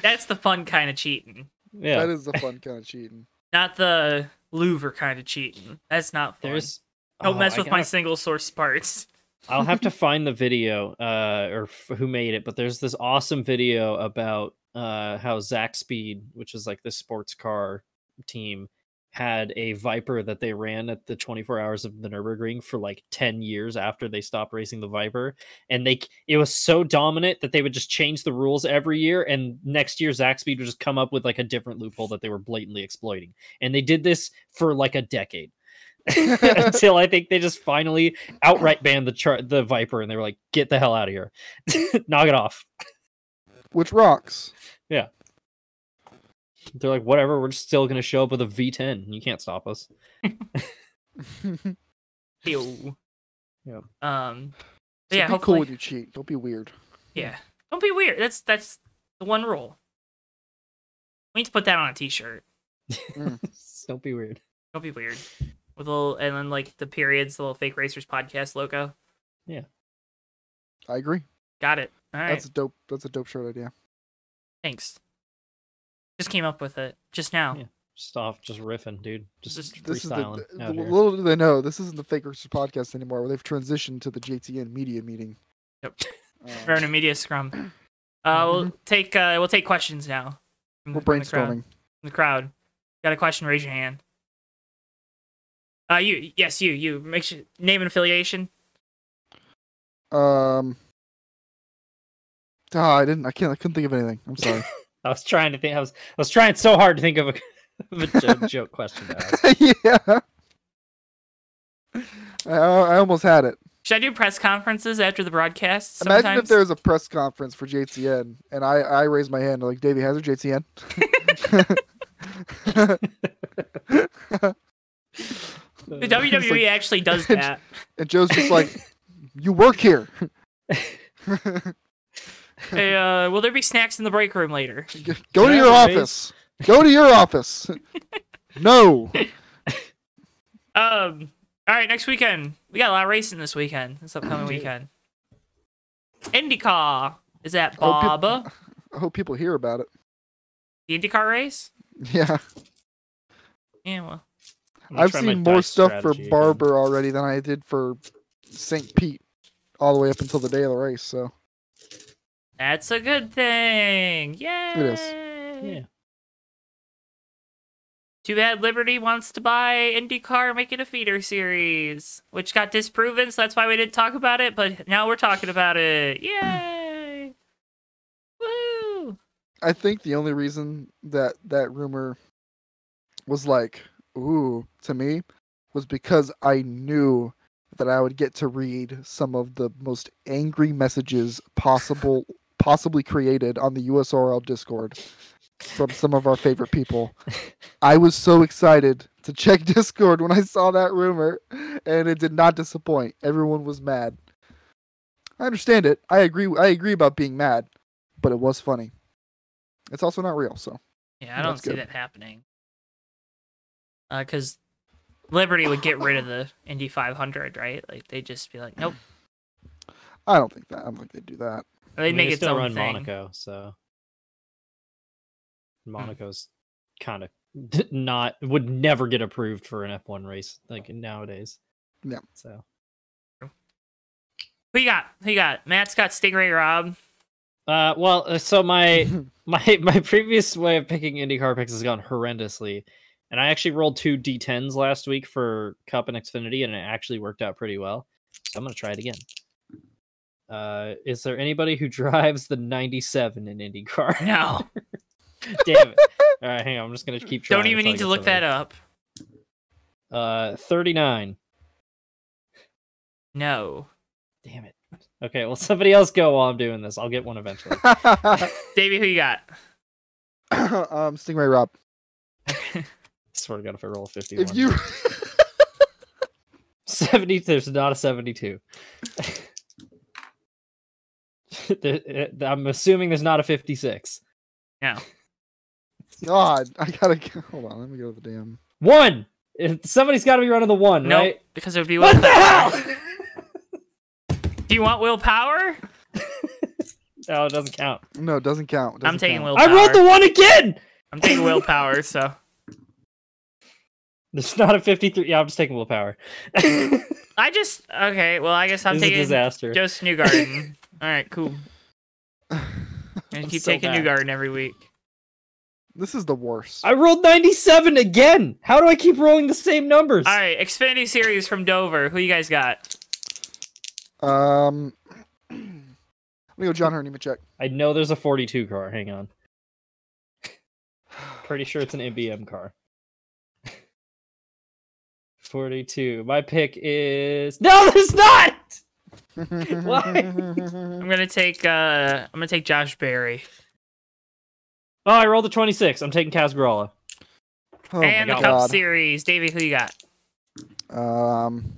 Speaker 3: That's the fun kind of cheating,
Speaker 1: Yeah,
Speaker 2: That is the fun kind of cheating.
Speaker 3: not the Louvre kind of cheating. That's not fun.
Speaker 1: there's.
Speaker 3: Don't
Speaker 1: oh,
Speaker 3: mess
Speaker 1: I
Speaker 3: with my
Speaker 1: gotta-
Speaker 3: single source parts.
Speaker 1: I'll have to find the video, uh, or f- who made it, but there's this awesome video about uh, how Zach Speed, which is like this sports car team, had a Viper that they ran at the 24 hours of the Nurburgring for like 10 years after they stopped racing the Viper, and they c- it was so dominant that they would just change the rules every year, and next year Zach Speed would just come up with like a different loophole that they were blatantly exploiting, and they did this for like a decade. until I think they just finally outright banned the char- the Viper, and they were like, "Get the hell out of here, knock it off."
Speaker 2: Which rocks.
Speaker 1: They're like, "Whatever, we're still gonna show up with a V10. You can't stop us."
Speaker 3: Ew.
Speaker 1: Yep.
Speaker 3: Um. but
Speaker 2: So
Speaker 3: yeah.
Speaker 2: be
Speaker 3: Hopefully.
Speaker 2: cool when you cheat. Don't be weird.
Speaker 3: Yeah. Don't be weird. That's that's the one rule. We need to put that on a T-shirt.
Speaker 1: Don't be weird.
Speaker 3: Don't be weird. With a little, and then like the periods, the little fake racers podcast logo.
Speaker 2: I agree.
Speaker 3: Got it. All right.
Speaker 2: That's a dope. That's a dope shirt idea.
Speaker 3: Thanks. Just came up with it just now.
Speaker 1: Yeah. Just off, just riffing, dude. Just,
Speaker 3: Just-
Speaker 2: This is
Speaker 1: freestyling.
Speaker 2: the, the-
Speaker 1: out here.
Speaker 2: little do they know. This isn't the Fake Roosters podcast anymore. Where they've transitioned to the JTN media meeting.
Speaker 3: Yep.
Speaker 2: Uh,
Speaker 3: We're in a media scrum. Uh, we'll take uh, we'll take questions now. from-
Speaker 2: Mm-hmm. we're
Speaker 3: from the crowd-
Speaker 2: brainstorming.
Speaker 3: from the crowd. Got a question? Raise your hand. Uh, you yes you you make sure name and affiliation.
Speaker 2: Um. ah, I didn't. I can't. I couldn't think of anything. I'm sorry.
Speaker 1: I was trying to think. I was, I was trying so hard to think of a, of a jo- joke question to ask.
Speaker 2: yeah. I, I almost had it.
Speaker 3: Should I do press conferences after the broadcast? Sometimes?
Speaker 2: Imagine if there was a press conference for JTN and I, I raised my hand like Davey Hazard JTN.
Speaker 3: The
Speaker 1: Uh,
Speaker 3: WWE actually does
Speaker 2: It's-
Speaker 3: that.
Speaker 2: and Joe's just like, "You work here."
Speaker 3: Hey, uh, will there be snacks in the break room later?
Speaker 2: Go to your
Speaker 1: Yeah, raise-
Speaker 2: office. Go to your office. no.
Speaker 3: Um. All right, next weekend we got a lot of racing this weekend.
Speaker 2: Oh,
Speaker 3: This upcoming weekend. IndyCar is that
Speaker 2: Oh, peop-
Speaker 3: Baba?
Speaker 2: I hope people hear about it.
Speaker 3: the IndyCar race?
Speaker 2: Yeah.
Speaker 3: Yeah. Well,
Speaker 1: I'm gonna
Speaker 2: I've
Speaker 1: try my
Speaker 2: seen more
Speaker 1: dice
Speaker 2: stuff for
Speaker 1: strategy again.
Speaker 2: Barber already than I did for St. Pete all the way up until the day of the race. So,
Speaker 3: that's a good thing. Yay!
Speaker 1: Yeah.
Speaker 3: Too bad Liberty wants to buy IndyCar, and make it a feeder series, which got disproven, so that's why we didn't talk about it. But now we're talking about
Speaker 1: Hmm.
Speaker 3: it. Yay! Woo!
Speaker 2: I think the only reason that that rumor was like, ooh, to me was because I knew that I would get to read some of the most angry messages possible possibly created on the USRL Discord from some of our favorite people. I was so excited to check Discord when I saw that rumor and it did not disappoint. Everyone was mad. I understand it. I agree I agree about being mad, but it was funny. It's also not real, so
Speaker 3: Yeah, I don't
Speaker 2: That's
Speaker 3: see
Speaker 2: good.
Speaker 3: that happening. Because Liberty would get rid of the Indy 500, right? Like they'd just be like, nope.
Speaker 2: I don't think that I don't think they do that.
Speaker 3: Or
Speaker 1: I
Speaker 3: They'd
Speaker 1: mean,
Speaker 3: make
Speaker 1: they
Speaker 3: its
Speaker 1: still
Speaker 3: own
Speaker 1: run
Speaker 3: thing. Hmm.
Speaker 1: Monaco, so Monaco's kind of not would never get approved for an F1 race like nowadays.
Speaker 2: Yeah.
Speaker 1: So
Speaker 3: Who you got? Who you got? Matt's got Stingray Rob.
Speaker 1: uh well uh, so my my my previous way of picking IndyCar picks has gone horrendously. And I actually rolled two D10s last week for Cup and Xfinity and it actually worked out pretty well. So I'm going to try it again. Uh is there anybody who drives the 97 in IndyCar?
Speaker 3: No,
Speaker 1: Damn it. All right, hang on. I'm just going to keep trying.
Speaker 3: don't even need to look that up.
Speaker 1: Uh, 39.
Speaker 3: No.
Speaker 1: Damn it. Okay, well, somebody else go while I'm doing this. I'll get one eventually.
Speaker 3: Davey, who you got?
Speaker 2: um, Stingray Rob.
Speaker 1: swear to God, if I roll a 51.
Speaker 2: If you
Speaker 1: 70, there's not a 72. There- eh, I'm assuming there's not a 56.
Speaker 2: God, I gotta go- hold on. Let me go to the damn.
Speaker 1: One! If- Somebody's got to be running the one,
Speaker 3: No,
Speaker 1: right?
Speaker 3: because it would be
Speaker 1: What the
Speaker 3: willpower.
Speaker 1: hell?
Speaker 3: Do you want willpower?
Speaker 1: No, Oh, it doesn't count.
Speaker 2: No, it doesn't count. It
Speaker 3: I'm
Speaker 2: doesn't
Speaker 3: taking
Speaker 2: count.
Speaker 3: willpower.
Speaker 1: I rolled the one again!
Speaker 3: I'm taking willpower, so
Speaker 1: There's not a 53. Yeah, I'm just taking willpower.
Speaker 3: I just okay. Well, I guess I'm
Speaker 1: this is a
Speaker 3: taking
Speaker 1: disaster.
Speaker 3: Joe Newgarden. All right, cool. I
Speaker 1: I'm
Speaker 3: keep
Speaker 1: so
Speaker 3: taking
Speaker 1: bad.
Speaker 3: Newgarden every week.
Speaker 2: This is the worst.
Speaker 1: I rolled 97 again! How do I keep rolling the same numbers?
Speaker 3: All right, Xfinity series from Dover. Who you guys got?
Speaker 2: Um, let me go John Hernimachek.
Speaker 1: I know there's a 42 car. Hang on. Pretty sure it's an MBM car. 42. My pick is No, there's not.
Speaker 2: Why?
Speaker 3: I'm gonna take. uh I'm gonna take Josh Berry
Speaker 1: Oh, I rolled a 26. I'm taking Kaz Gralla.
Speaker 2: Oh
Speaker 3: and the
Speaker 2: my
Speaker 1: God.
Speaker 3: Cup
Speaker 2: God.
Speaker 3: series. Davey, who you got?
Speaker 2: Um.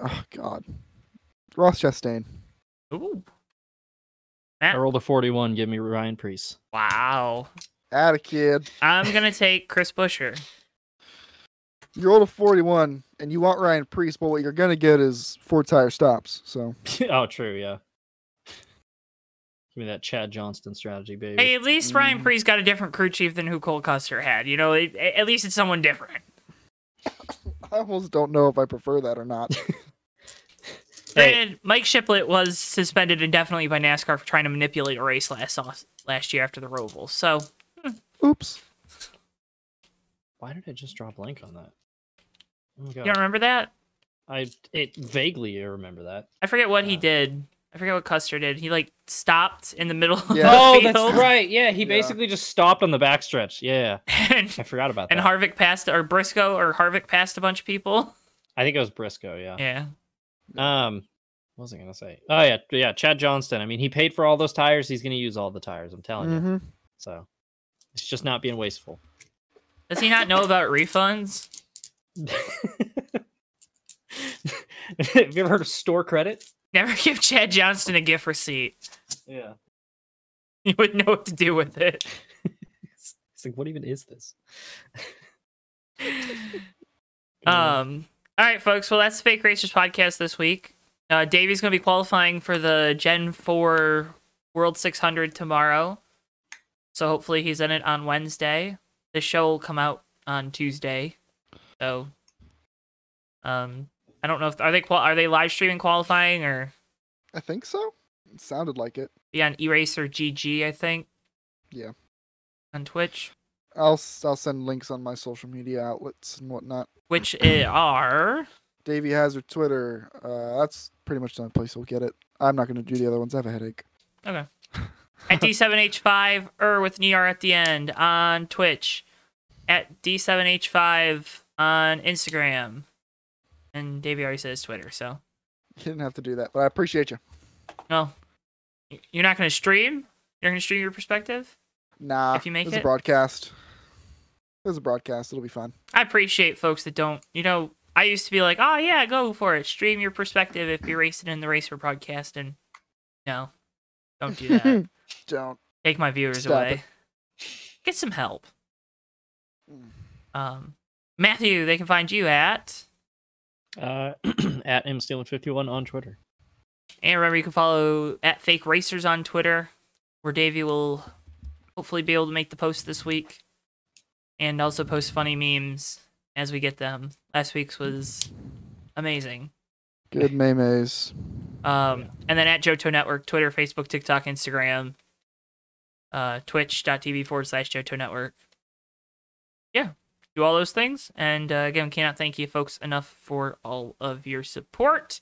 Speaker 2: Oh God. Ross Chastain.
Speaker 3: Ooh,
Speaker 1: I rolled a 41. Give me Ryan Priest.
Speaker 3: wow.
Speaker 2: Add a kid.
Speaker 3: I'm gonna take Chris Busher.
Speaker 2: You're old of 41, and you want Ryan Priest, but what you're gonna get is four tire stops. So
Speaker 1: oh, true, yeah. Give me that Chad Johnston strategy, baby.
Speaker 3: Hey, at least Ryan
Speaker 2: Mm.
Speaker 3: Preece got a different crew chief than who Cole Custer had. You know, it, at least it's someone different.
Speaker 2: I almost don't know if I prefer that or not.
Speaker 1: Hey.
Speaker 3: Granted, Mike Shiplett was suspended indefinitely by NASCAR for trying to manipulate a race last off, last year after the Roval. So
Speaker 2: Oops.
Speaker 1: Why did I just draw a blank on that? Oh my
Speaker 3: you
Speaker 1: god.
Speaker 3: don't remember that?
Speaker 1: I it vaguely remember that.
Speaker 3: I forget what he
Speaker 1: Uh.
Speaker 3: did. I forget what Custer did. He like stopped in the middle of
Speaker 2: Yeah.
Speaker 1: Oh,
Speaker 3: the field,
Speaker 1: that's right. Yeah, he
Speaker 2: Yeah.
Speaker 1: basically just stopped on the backstretch. Yeah,
Speaker 3: and,
Speaker 1: I forgot about that.
Speaker 3: and Harvick passed or Briscoe or Harvick passed a bunch of people.
Speaker 1: I think it was Briscoe. Yeah.
Speaker 3: Yeah,
Speaker 1: Um, what was I gonna say? Oh yeah, yeah. Chad Johnston. I mean, he paid for all those tires. He's gonna use all the tires. I'm telling you.
Speaker 2: hmm
Speaker 1: So it's just not being wasteful.
Speaker 3: does he not know about refunds?
Speaker 1: Have you ever heard of store credit?
Speaker 3: Never give Chad Johnston a gift receipt.
Speaker 1: Yeah.
Speaker 3: You wouldn't know what to do with it.
Speaker 1: It's, it's like, what even is this?
Speaker 3: Um. All right, folks. Well, that's the Fake Racers podcast this week. Uh, Davey's going to be qualifying for the Gen 4 World 600 tomorrow. So hopefully he's in it on Wednesday. The show will come out on Tuesday. So, um, I don't know if are they qual- are they live streaming qualifying or
Speaker 2: I think so. It sounded like it.
Speaker 3: be on Eraser GG I think.
Speaker 2: Yeah.
Speaker 3: On Twitch,
Speaker 2: I'll s- I'll send links on my social media outlets and whatnot.
Speaker 3: which i- are
Speaker 2: Davey Hazard Twitter. Uh, that's pretty much the only place you'll get it. I'm not gonna do the other ones. I have a headache.
Speaker 3: at D7H5 or with an ER at the end on Twitch, at D7H5 on Instagram, and Davey already says Twitter. So,
Speaker 2: You didn't have to do that, but I appreciate you.
Speaker 3: no, Y- you're not going to stream. You're not going to stream your perspective.
Speaker 2: Nah.
Speaker 3: If you make
Speaker 2: there's
Speaker 3: it.
Speaker 2: a broadcast. There's a broadcast. It'll be fun.
Speaker 3: I appreciate folks that don't. You know, I used to be like, oh yeah, go for it. Stream your perspective if you're racing in the racer broadcast, and no, don't do that.
Speaker 2: Don't.
Speaker 3: Take my viewers
Speaker 2: Stop
Speaker 3: away. Get some help. Um, Matthew, they can find you at.
Speaker 1: Uh, at mstealing51 on Twitter.
Speaker 3: And remember, you can follow at Fake Racers on Twitter, where Davey will hopefully be able to make the post this week, and also post funny memes as we get them. Last week's was amazing.
Speaker 2: Good maymays.
Speaker 3: Um, and then at Johto Network, Twitter, Facebook, TikTok, Instagram, uh, Twitch.tv forward slash Johto Network. Yeah, do all those things. And uh, again, cannot thank you folks enough for all of your support.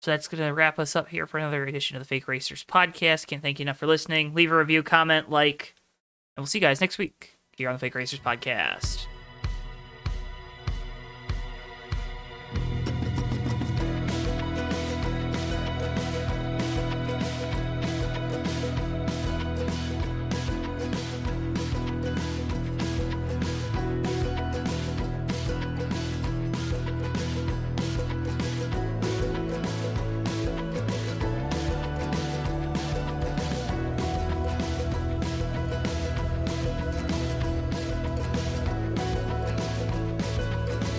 Speaker 3: So that's going to wrap us up here for another edition of the Fake Racers podcast. Can't thank you enough for listening. Leave a review, comment, like, and we'll see you guys next week here on the Fake Racers podcast.